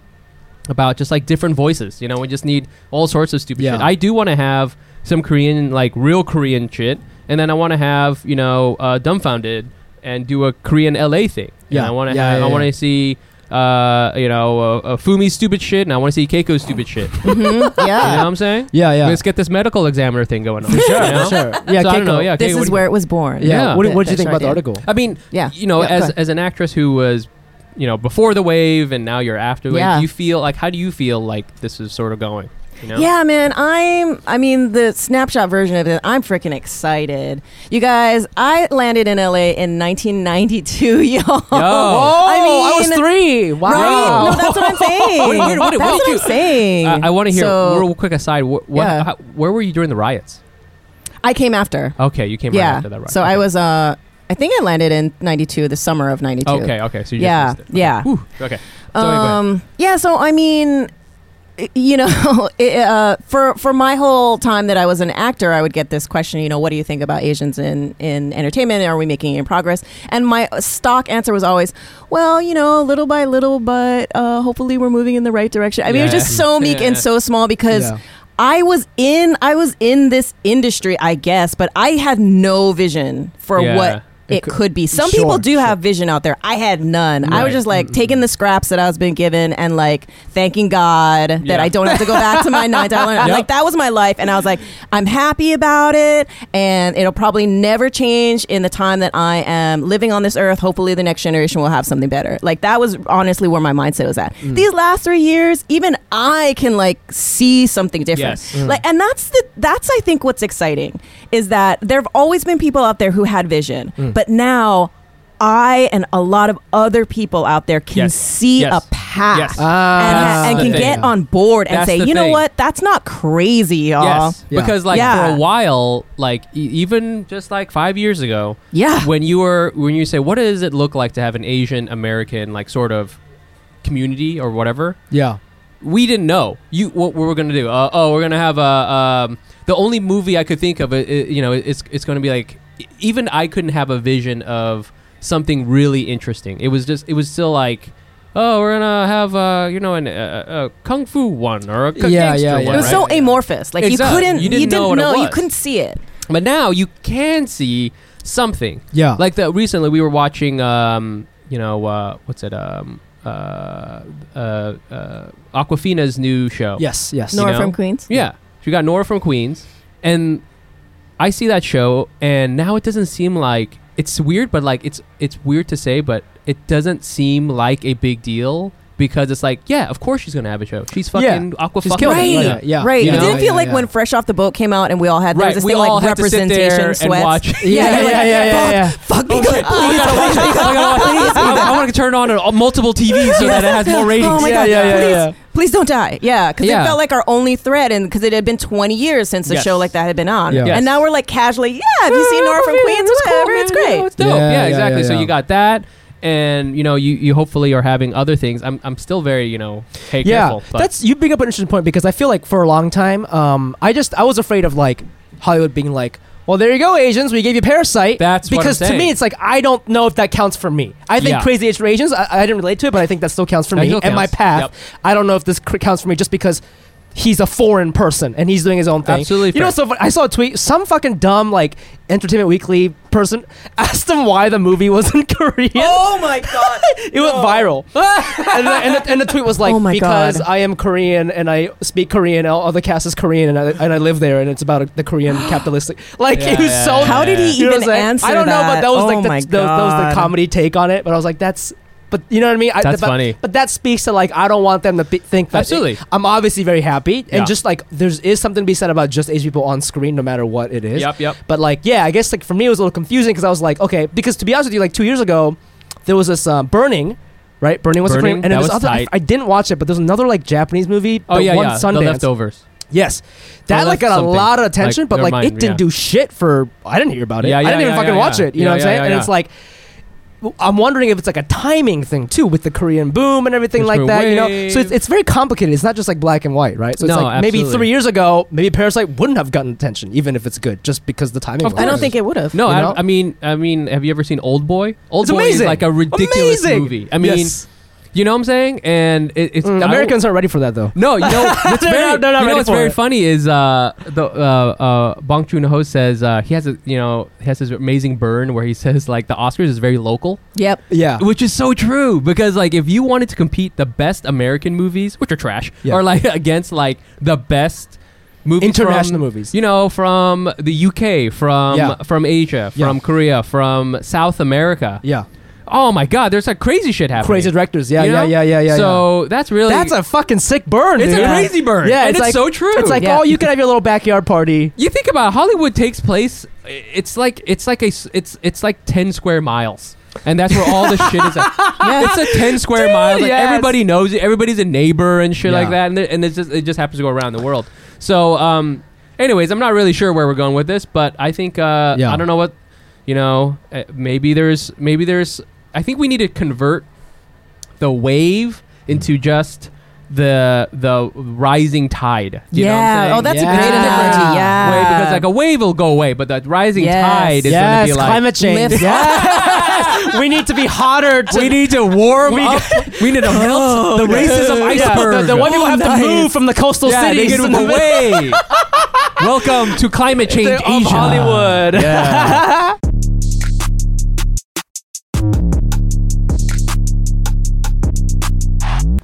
S2: about just like different voices you know we just need all sorts of stupid
S1: Yeah.
S2: shit i do want to have some korean like real korean shit and then i want to have you know uh, dumbfounded and do a korean la thing
S1: Yeah.
S2: and i want to
S1: Yeah,
S2: have
S1: yeah,
S2: i want to
S1: yeah.
S2: see uh, you know uh, uh, fumi's stupid shit and i want to see keiko's stupid shit you know what i'm saying
S1: Yeah. Yeah.
S2: let's get this medical examiner thing going on
S1: sure.
S2: you know?
S1: Sure. Yeah.
S2: So I don't know,
S1: Keiko.
S2: yeah,
S3: this
S2: Keiko, what do
S3: is
S2: you-
S3: where it was born.
S1: Yeah.
S2: Yeah.
S1: What,
S3: That-
S1: what did you
S3: that
S1: think about the
S3: idea.
S1: article?
S2: I mean,
S3: Yeah.
S2: you know,
S3: Yeah, go
S2: as
S3: ahead.
S2: as an actress who was, you know, before the wave and now you're after the wave,
S3: Yeah.
S2: do you feel like how do you feel like this is sort of going? You know?
S3: Yeah, man. I'm. I mean, the snapshot version of it. I'm freaking excited, you guys. I landed in LA in 1992, y'all. I mean,
S1: Oh, three. Wow.
S3: Right? No, that's what I'm saying.
S2: Wait, wait, what
S3: that's
S2: did
S3: what
S2: you-
S3: I'm saying.
S2: I, I want to hear
S3: So,
S2: real quick aside. What, what
S3: Yeah.
S2: how, where were you during the riots?
S3: I came after.
S2: Okay, you came
S3: yeah.
S2: right after that, right?
S3: so
S2: okay.
S3: I was. Uh, I think I landed in '92, the summer of '92.
S2: Okay, okay. So you
S3: Yeah.
S2: just missed it.
S3: Yeah.
S2: Whew, okay. So anyway,
S3: um, yeah. So I mean, i- you know, it, uh, for for my whole time that I was an actor, I would get this question. You know, what do you think about Asians in in entertainment? Are we making any progress? And my stock answer was always, well, you know, little by little, but uh, hopefully we're moving in the right direction. I mean, it was just
S2: Yeah.
S3: so meek and
S2: Yeah.
S3: so small because.
S1: Yeah.
S3: I was in I was in this industry, I guess, but I had no vision for
S2: Yeah.
S3: what
S1: It
S3: it,
S1: could-
S3: could, be. Some
S1: Sure,
S3: people do
S1: sure.
S3: have vision out there. I had none. I
S2: Right.
S3: was just like taking the scraps that I was being given and like thanking God that
S2: Yeah.
S3: I don't have to go back to my nine dollar. I'm
S2: Yep.
S3: Like that was my life, and I was like, I'm happy about it, and it'll probably never change in the time that I am living on this earth. Hopefully, the next generation will have something better. Like that was honestly where my mindset was at.
S2: Mm.
S3: These last three years, even I can like see something different.
S2: Yes. Mm.
S3: Like, and that's the that's I think what's exciting is that there have always been people out there who had vision,
S2: Mm.
S3: but now. I and a lot of other people out there can
S2: Yes.
S3: see
S2: Yes.
S3: a path
S2: Yes.
S3: and,
S1: Ah,
S3: and
S2: the thing.
S3: can get on board and
S2: That's
S3: say,
S2: the
S3: you know
S2: thing.
S3: what, that's not crazy, y'all.
S2: yes,
S1: Yeah.
S2: because like
S3: Yeah.
S2: for a while, like e- even just like five years ago,
S3: Yeah.
S2: when you were when you say what does it look like to have an Asian American like sort of community or whatever,
S1: Yeah.
S2: we didn't know you what we were gonna do. Uh, oh, we're gonna have a. Um, the only movie I could think of, it, it- you know, it's it's gonna be like e, even I couldn't have a vision of something really interesting. It was just it was still like. Oh, we're gonna have uh, you know an, uh, a kung fu one or a k-
S1: Yeah,
S2: gangster
S1: yeah,
S2: one.
S1: yeah.
S3: It was
S2: right?
S3: so amorphous. Like
S2: Exactly.
S3: you couldn't you didn't, know,
S2: what it
S3: you
S2: was.
S3: couldn't see it.
S2: But now you can see something.
S1: Yeah.
S2: Like the recently we were watching um, you know, uh, what's it um uh, uh, uh, Aquafina's new show.
S1: yes. Yes.
S2: No.
S3: Nora
S2: know?
S3: from Queens.
S2: Yeah. She got Nora from Queens and I see that show and now it doesn't seem like it's weird but like it's it's weird to say but it doesn't seem like a big deal because it's like yeah, of course she's going to have a show. She's
S1: Yeah.
S2: fucking Aquafina.
S1: She's killing
S3: Right.
S1: it. Yeah. yeah.
S3: Right.
S2: You
S3: it
S2: know?
S3: didn't feel
S1: Yeah,
S3: like
S1: yeah.
S3: when Fresh Off the Boat came out and we all had there
S2: Right.
S3: was this
S2: We
S3: thing
S2: all
S3: like
S2: had to sit
S3: representation
S2: there and
S3: sweats.
S2: watch.
S1: Yeah. Yeah. Yeah. Yeah. yeah.
S3: Fuck
S2: Oh,
S3: me, God,
S2: I
S3: please.
S2: gotta watch this. I gotta watch this. I want to turn on uh, multiple TVs so that it has more ratings.
S3: Oh my
S1: Yeah,
S3: god!
S1: yeah, yeah,
S3: please,
S1: yeah.
S3: please don't die. Yeah, because
S2: Yeah.
S3: it felt like our only thread, and because it had been 20 years since a
S2: Yes.
S3: show like that had been on,
S1: Yeah.
S2: Yes. Oh,
S3: and now we're like casually, yeah, have you seen Nora from Queens?
S2: It's cool,
S3: Whatever,
S2: man.
S3: it's
S2: You know,
S3: great.
S2: it's dope.
S1: Yeah,
S2: Yeah,
S1: yeah,
S2: exactly.
S1: yeah,
S2: So
S1: yeah.
S2: you got that. And you know you, you hopefully are having other things. I'm, I'm still very you know hey
S1: yeah
S2: careful. but-
S1: that's you bring up an interesting point because i feel like for a long time um i just i was afraid of like hollywood being like well there you go asians we gave you parasite
S2: That's what I'm
S1: because to me
S2: saying.
S1: it's like i don't know if that counts for me i think
S2: Yeah.
S1: crazy asian asians I, I didn't relate to it but i think that still counts for
S2: That
S1: me
S2: still
S1: and my
S2: counts.
S1: path
S2: Yep.
S1: i don't know if this cr- counts for me just because he's a foreign person and he's doing his own thing
S2: Absolutely
S1: you know
S2: fair.
S1: so fun- i saw a tweet some fucking dumb like entertainment weekly person asked him why the movie was in korean
S3: Oh my god!
S1: it went viral. and, the, and, the, and the tweet was like,
S3: Oh my
S1: because
S3: God.
S1: I am Korean and I speak Korean, all, all the cast is Korean and I, and I live there and it's about the Korean capitalistic. Like,
S2: Yeah,
S1: it was
S2: yeah,
S1: so.
S2: yeah.
S3: How did he
S1: You know what
S3: even
S1: I'm saying?
S3: answer
S1: I don't know, but that was
S3: oh
S1: like
S3: my
S1: the, the, that was
S3: God.
S1: the comedy take on it. But I was like, that's. But you know what I mean? I,
S2: That's
S1: but,
S2: funny.
S1: But that speaks to like I don't want them to be, think that
S2: Absolutely.
S1: I'm obviously very happy and
S2: Yeah.
S1: just like there's is something to be said about just Asian people on screen no matter what it is.
S2: yep yep.
S1: But like, yeah, I guess like for me it was a little confusing because I was like, okay, because to be honest with you, like two years ago, there was this uh, burning, right? Burning was
S2: Burning,
S1: a Korean, and
S2: that
S1: it was,
S2: was
S1: other. I,
S2: tight.
S1: I didn't watch it, but there's another like Japanese movie.
S2: Oh
S1: the
S2: yeah
S1: one
S2: yeah.
S1: Sundance.
S2: The leftovers.
S1: Yes, that
S2: The
S1: like got a
S2: left something.
S1: lot of attention,
S2: Like,
S1: but
S2: their
S1: like
S2: mind,
S1: it didn't
S2: yeah.
S1: do shit for. I didn't hear about it.
S2: Yeah,
S1: I
S2: yeah,
S1: didn't even
S2: yeah,
S1: fucking
S2: yeah,
S1: watch
S2: yeah.
S1: it. You know what
S2: Yeah,
S1: I'm
S2: yeah,
S1: saying?
S2: yeah,
S1: and
S2: yeah.
S1: it's like. I'm wondering if it's like a timing thing too with the Korean boom and everything
S2: Which
S1: like that, you know.
S2: wave.
S1: So it's, it's very complicated. It's not just like black and white, right? So it's
S2: No,
S1: like maybe
S2: absolutely.
S1: three years ago, maybe Parasite wouldn't have gotten attention even if it's good, just because the timing.
S2: Of
S1: was
S3: I don't
S2: course.
S1: different.
S3: think it would have.
S2: No,
S1: You know?
S2: I, I mean, I mean, have you ever seen Old Boy? Old
S1: It's
S2: Boy is
S1: amazing.
S2: like a ridiculous
S1: Amazing.
S2: movie. I mean,
S1: Yes.
S2: you know what I'm saying? And it, it's
S1: Mm,
S2: I-
S1: Americans aren't ready for that though.
S2: No, you know what's
S1: They're
S2: very,
S1: not- they're not
S2: you know
S1: ready
S2: what's
S1: for
S2: very
S1: it.
S2: funny is uh, the uh, uh, Bong Joon Ho says uh, he has a you know he has his amazing burn where he says like the Oscars is very local,
S3: Yep.
S1: Yeah.
S2: which is so true because like if you wanted to compete the best American movies, which are trash,
S1: Yeah.
S2: or like against like the best movies
S1: International
S2: from,
S1: movies.
S2: you know from the UK, from
S1: Yeah.
S2: from Asia,
S1: Yeah.
S2: from Korea, from South America.
S1: Yeah.
S2: Oh my God, there's like crazy shit happening.
S1: Crazy directors. Yeah,
S2: you
S1: yeah,
S2: know?
S1: yeah, yeah, yeah. yeah.
S2: So that's really
S1: that's a fucking sick burn.
S2: It's a
S1: dude.
S2: crazy burn.
S1: Yeah,
S2: And it's
S1: like-
S2: so true.
S1: It's like,
S3: Yeah.
S1: oh, you can have your little backyard party.
S2: You think about it, Hollywood takes place. It's like it's like a s- it's it's like ten square miles, and that's where all the shit is. At. It's a ten square
S1: Dude,
S2: miles. Like
S1: yes.
S2: everybody knows it. Everybody's a neighbor and shit like
S1: Yeah.
S2: that, and there- and it's just it just happens to go around the world. So, um, anyways, I'm not really sure where we're going with this, but I think uh,
S1: Yeah.
S2: I don't know what you know. uh, Maybe there's maybe there's. I think we need to convert the wave into just the the rising tide. You know what I'm
S3: yeah.
S2: saying?
S3: Oh, that's
S1: Yeah.
S3: a great analogy. Yeah.
S2: way because like a wave will go away, but that rising
S3: Ah. Yes.
S2: tide is
S1: yes,
S2: going to be like
S1: climate change.
S3: Lift-
S1: Yes. we need to be hotter. To
S2: we need to warm
S1: We-
S2: up. we need to melt the races of
S1: Yeah,
S2: iceberg.
S1: the, the one who
S3: Oh,
S1: have
S3: nice.
S1: to move from the coastal
S2: yeah, they
S1: cities to
S2: can move
S1: the-
S2: away. Welcome to climate change
S1: of
S2: Asia.
S1: Hollywood.
S2: Yeah.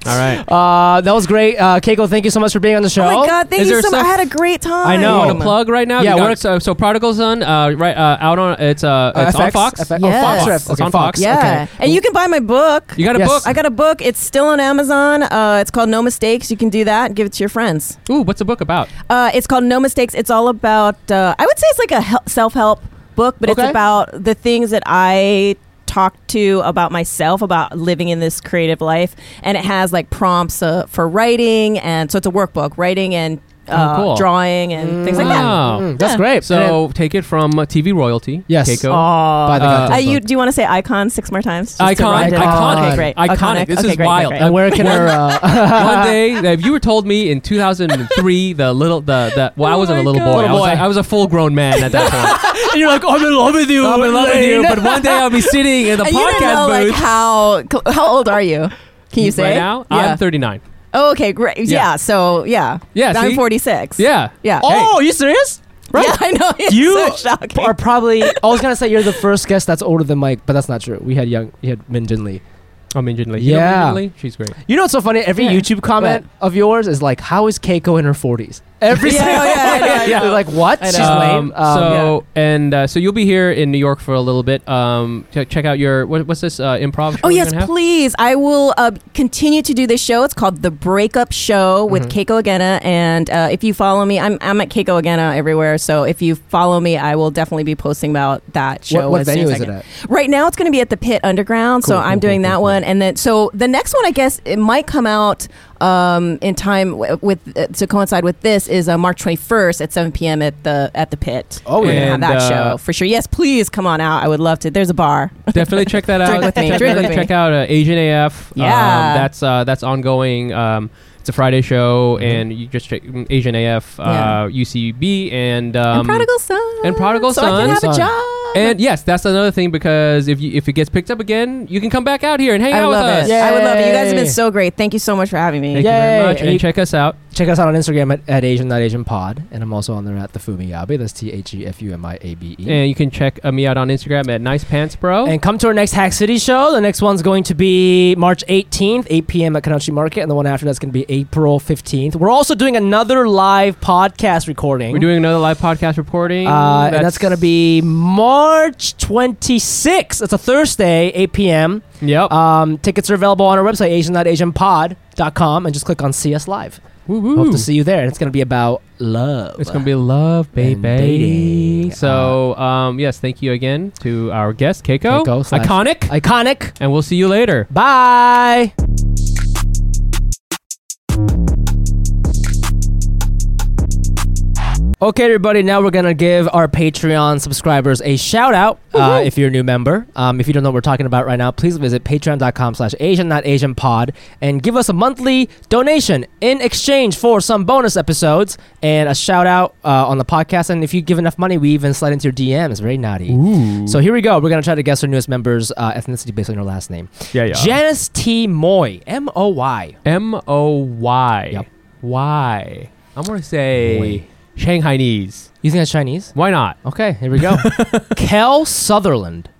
S2: All right.
S1: Uh, that was great, uh, Keiko. Thank you so much for being on the show.
S3: Oh my god, thank
S2: Is
S3: you
S2: there
S3: so much.
S2: stuff-
S3: I had a great time.
S1: I know.
S2: You want to plug right now?
S1: Yeah,
S2: You got-
S1: we're-
S2: so, so Prodigal Son, uh, right uh, out on it's uh,
S3: Oh,
S1: Uh,
S2: it's on
S1: FX?
S2: Fox.
S1: FX?
S3: Yeah.
S1: Oh, Fox.
S3: It's
S1: Ref. Okay,
S2: on
S1: Fox.
S3: Yeah.
S1: Okay.
S3: And you can buy my book.
S2: You got a
S1: Yes.
S2: book?
S3: I got a book. It's still on Amazon. Uh, it's called No Mistakes. You can do that. Give it to your friends.
S2: Ooh, what's the book about?
S3: Uh, it's called No Mistakes. It's all about. Uh, I would say it's like a hel- self-help book, but
S1: Okay.
S3: it's about the things that I talked to about myself about living in this creative life, and it has like prompts uh, for writing, and so it's a workbook, writing and uh,
S2: Oh, cool. Ah.
S3: drawing and things like that. Mm-hmm.
S2: Wow.
S1: Mm, that's
S3: Yeah.
S1: great.
S2: So take it from uh, TV royalty.
S1: Yes.
S2: Keiko.
S3: Aw.
S1: By the
S2: Uh,
S3: Uh,
S1: goddamn
S3: you,
S1: book.
S3: do you want to say icon six more times? Just to
S2: Icon,
S3: round it
S2: icon,
S3: off? Okay, great.
S2: iconic. This
S3: Okay,
S2: is
S3: great, great,
S2: wild.
S3: great.
S1: and where can our uh,
S2: One day, that if you were told me in 2003, the little, the, the well, I
S1: Oh
S2: wasn't a
S1: my
S2: little
S1: God.
S2: boy. I,
S1: Little
S2: was,
S1: boy.
S2: I was a full grown man at that point.
S1: and you're like, I'm in love with you.
S2: I'm in love with you,
S1: Elaine.
S2: but one day I'll be sitting in the
S3: And you
S2: podcast
S3: didn't know,
S2: booth.
S3: like, how cl- how old are you? Can you say
S2: right now,
S3: Yeah.
S2: I'm 39.
S3: Oh, okay, great. Yeah.
S2: Yeah.
S3: so yeah,
S2: Yeah,
S3: I'm
S2: see?
S3: 46.
S2: Yeah.
S3: yeah.
S1: oh, are you serious? Right.
S3: Yeah, I know. It's
S1: You
S3: so shocking.
S1: Are probably. I was gonna say you're the first guest that's older than Mike, but that's not true. We had young. We had Minjin Lee.
S2: I'm Injun Lee. You know
S1: Yeah.
S2: Injun Lee? She's great.
S1: You know what's so funny? Every
S3: Yeah.
S1: YouTube comment of yours is like, "How is Keiko in her 40s?" Every
S3: Yeah,
S1: single.
S3: yeah, I know, I
S1: They're
S3: know.
S1: Like what?
S3: I know.
S1: She's lame.
S2: Um,
S1: Um,
S2: so and uh, so you'll be here in New York for a little bit. Um, ch- check out your what, what's this uh, improv? Show
S3: Oh
S2: we're
S3: yes,
S2: gonna have?
S3: please. I will uh, continue to do this show. It's called The Breakup Show with
S1: Mm-hmm.
S3: Keiko Agena, and uh, if you follow me, I'm, I'm at Keiko Agena everywhere. So if you follow me, I will definitely be posting about that
S1: What,
S3: show.
S1: what
S3: as soon
S1: venue
S3: as I
S1: is it
S3: can.
S1: at?
S3: Right now, it's going to be at the Pit Underground, so
S1: Cool, cool,
S3: I'm doing
S1: cool,
S3: that
S1: cool,
S3: one, and then so the next one, I guess, it might come out um, in time w- with uh, to coincide with this is uh, March 21st at 7 p.m. at the at the Pit.
S1: Oh,
S3: We're gonna
S2: yeah.
S3: have that
S2: And, uh,
S3: show for sure. Yes, please come on out. I would love to. There's a bar.
S2: definitely check that out.
S3: Drink with me,
S2: Check-
S3: drink with
S2: definitely
S3: me.
S2: check out uh, Asian AF. Um,
S3: Yeah.
S2: that's uh, that's ongoing. Um, it's a Friday show, and you just check mm, Asian AF, uh,
S3: Yeah.
S2: UCB, and um,
S3: and prodigal son.
S2: and Prodigal
S3: so I
S2: Son.
S3: can have
S1: Son.
S3: a job.
S2: And yes, that's another thing because if you, if it gets picked up again, you can come back out here and hang
S3: I
S2: out with
S3: love
S2: us.
S3: it. I would love it. You guys have
S1: Yay.
S3: been so great. Thank you so much for having me.
S2: Thank you
S1: Yay.
S2: very much,
S1: And
S2: and
S1: you-
S2: check us out.
S1: Check us out on Instagram at, at Asian Not Asian Pod, and I'm also on there at the Fumiyabe. That's T H E F U M I A B E.
S2: And you can check uh, me out on Instagram at Nice Pants Bro.
S1: And come to our next Hack City show. The next one's going to be March 18th, 8 p.m. at Kanauchi Market, and the one after that's going to be April 15th. We're also doing another live podcast recording.
S2: We're doing another live podcast reporting.
S1: uh, and that's going to be March 26th. It's a Thursday, 8 p.m.
S2: yep.
S1: Um, tickets are available on our website, asian.asianpod.com, and just click on See Us Live.
S2: Woo
S1: Hope
S2: woo.
S1: to see you there. And it's going to be about love.
S2: It's gonna be love,
S1: And dating. Uh,
S2: baby. So, um, yes, thank you again to our guest Keiko,
S1: Keiko slash-
S2: iconic,
S1: iconic.
S2: and we'll see you later.
S1: Bye. Okay, everybody. Now we're gonna give our Patreon subscribers a shout out. Uh, if you're a new member, um, if you don't know what we're talking about right now, please visit patreon.com/slash Asian Not Asian Pod and give us a monthly donation in exchange for some bonus episodes and a shout out uh, on the podcast. And if you give enough money, we even slide into your DMs. Very naughty. So here we go. We're gonna try to guess our newest member's uh, ethnicity based on your last name.
S2: Yeah, yeah.
S1: Janice T. Moy. M O Y.
S2: M O Y.
S1: Yep.
S2: Why? I'm gonna say
S1: Wait.
S2: Shanghainese.
S1: You think that's Chinese?
S2: Why not?
S1: Okay, here we go. Kel Sutherland.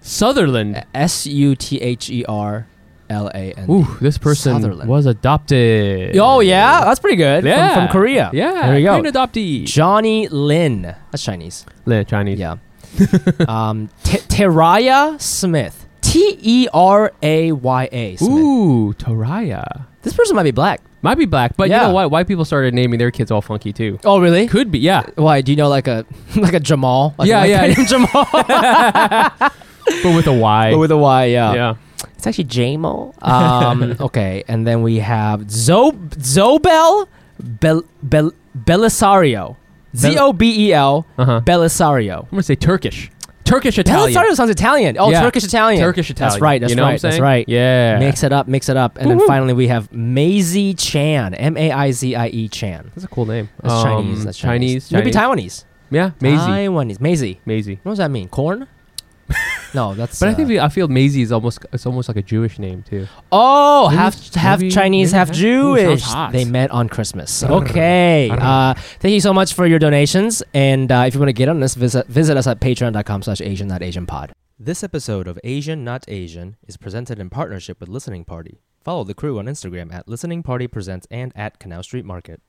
S2: Sutherland.
S1: S U T H E R L A N.
S2: Ooh, this person
S1: Sutherland.
S2: was adopted.
S1: Oh yeah, that's pretty good. From-
S2: Yeah.
S1: from, Korea.
S2: Yeah.
S1: there we go.
S2: Korean adoptee.
S1: Johnny Lin. That's Chinese.
S2: Lin, Chinese.
S1: Yeah. um, T- Teraya Smith. T E R A Y A. Smith.
S2: Ooh, Toraya.
S1: This person might be black.
S2: Might be black, but
S1: Yeah.
S2: you know what? White people started naming their kids all funky too.
S1: Oh really?
S2: Could be, yeah.
S1: Why? Do you know like a like a Jamal? Like a
S2: Yeah,
S1: white
S2: yeah.
S1: guy named Jamal.
S2: But with a Y.
S1: but with a Y.
S2: yeah.
S1: It's actually JMO. Um, okay, and then we have Zo Zobel Bel, Bel, Belisario. Z O B E L
S2: Uh-huh.
S1: Belisario.
S2: I'm gonna say Turkish. Turkish Italian.
S1: Belisario sounds Italian. Oh,
S2: Yeah.
S1: Turkish Italian.
S2: Turkish Italian.
S1: That's right. That's
S2: you know
S1: right.
S2: What I'm saying?
S1: That's right.
S2: Yeah.
S1: Mix it up. Mix it up. And then finally we have Maisie Chan. M A I Z I E Chan.
S2: That's a cool name.
S1: That's
S2: Um,
S1: Chinese. That's Chinese.
S2: Chinese.
S1: Maybe Taiwanese.
S2: Chinese. Yeah. Maisie.
S1: Taiwanese. Maisie.
S2: Maisie.
S1: What does that mean? Corn? no, that's.
S2: But I
S1: uh,
S2: think we, I feel Maisie is almost it's almost like a Jewish name too.
S1: Oh,
S2: Maybe-
S1: half half
S2: maybe-
S1: Chinese,
S2: maybe
S1: half
S2: half- Ooh, sounds
S1: Jewish.
S2: hot.
S1: They met on Christmas. Okay. Uh, thank you so much for your donations. And uh, if you want to get on this, visit, visit us at patreon.com slash Asian Not Asian Pod. This episode of Asian Not Asian is presented in partnership with Listening Party. Follow the crew on Instagram at Listening Party Presents and at Canal Street Market.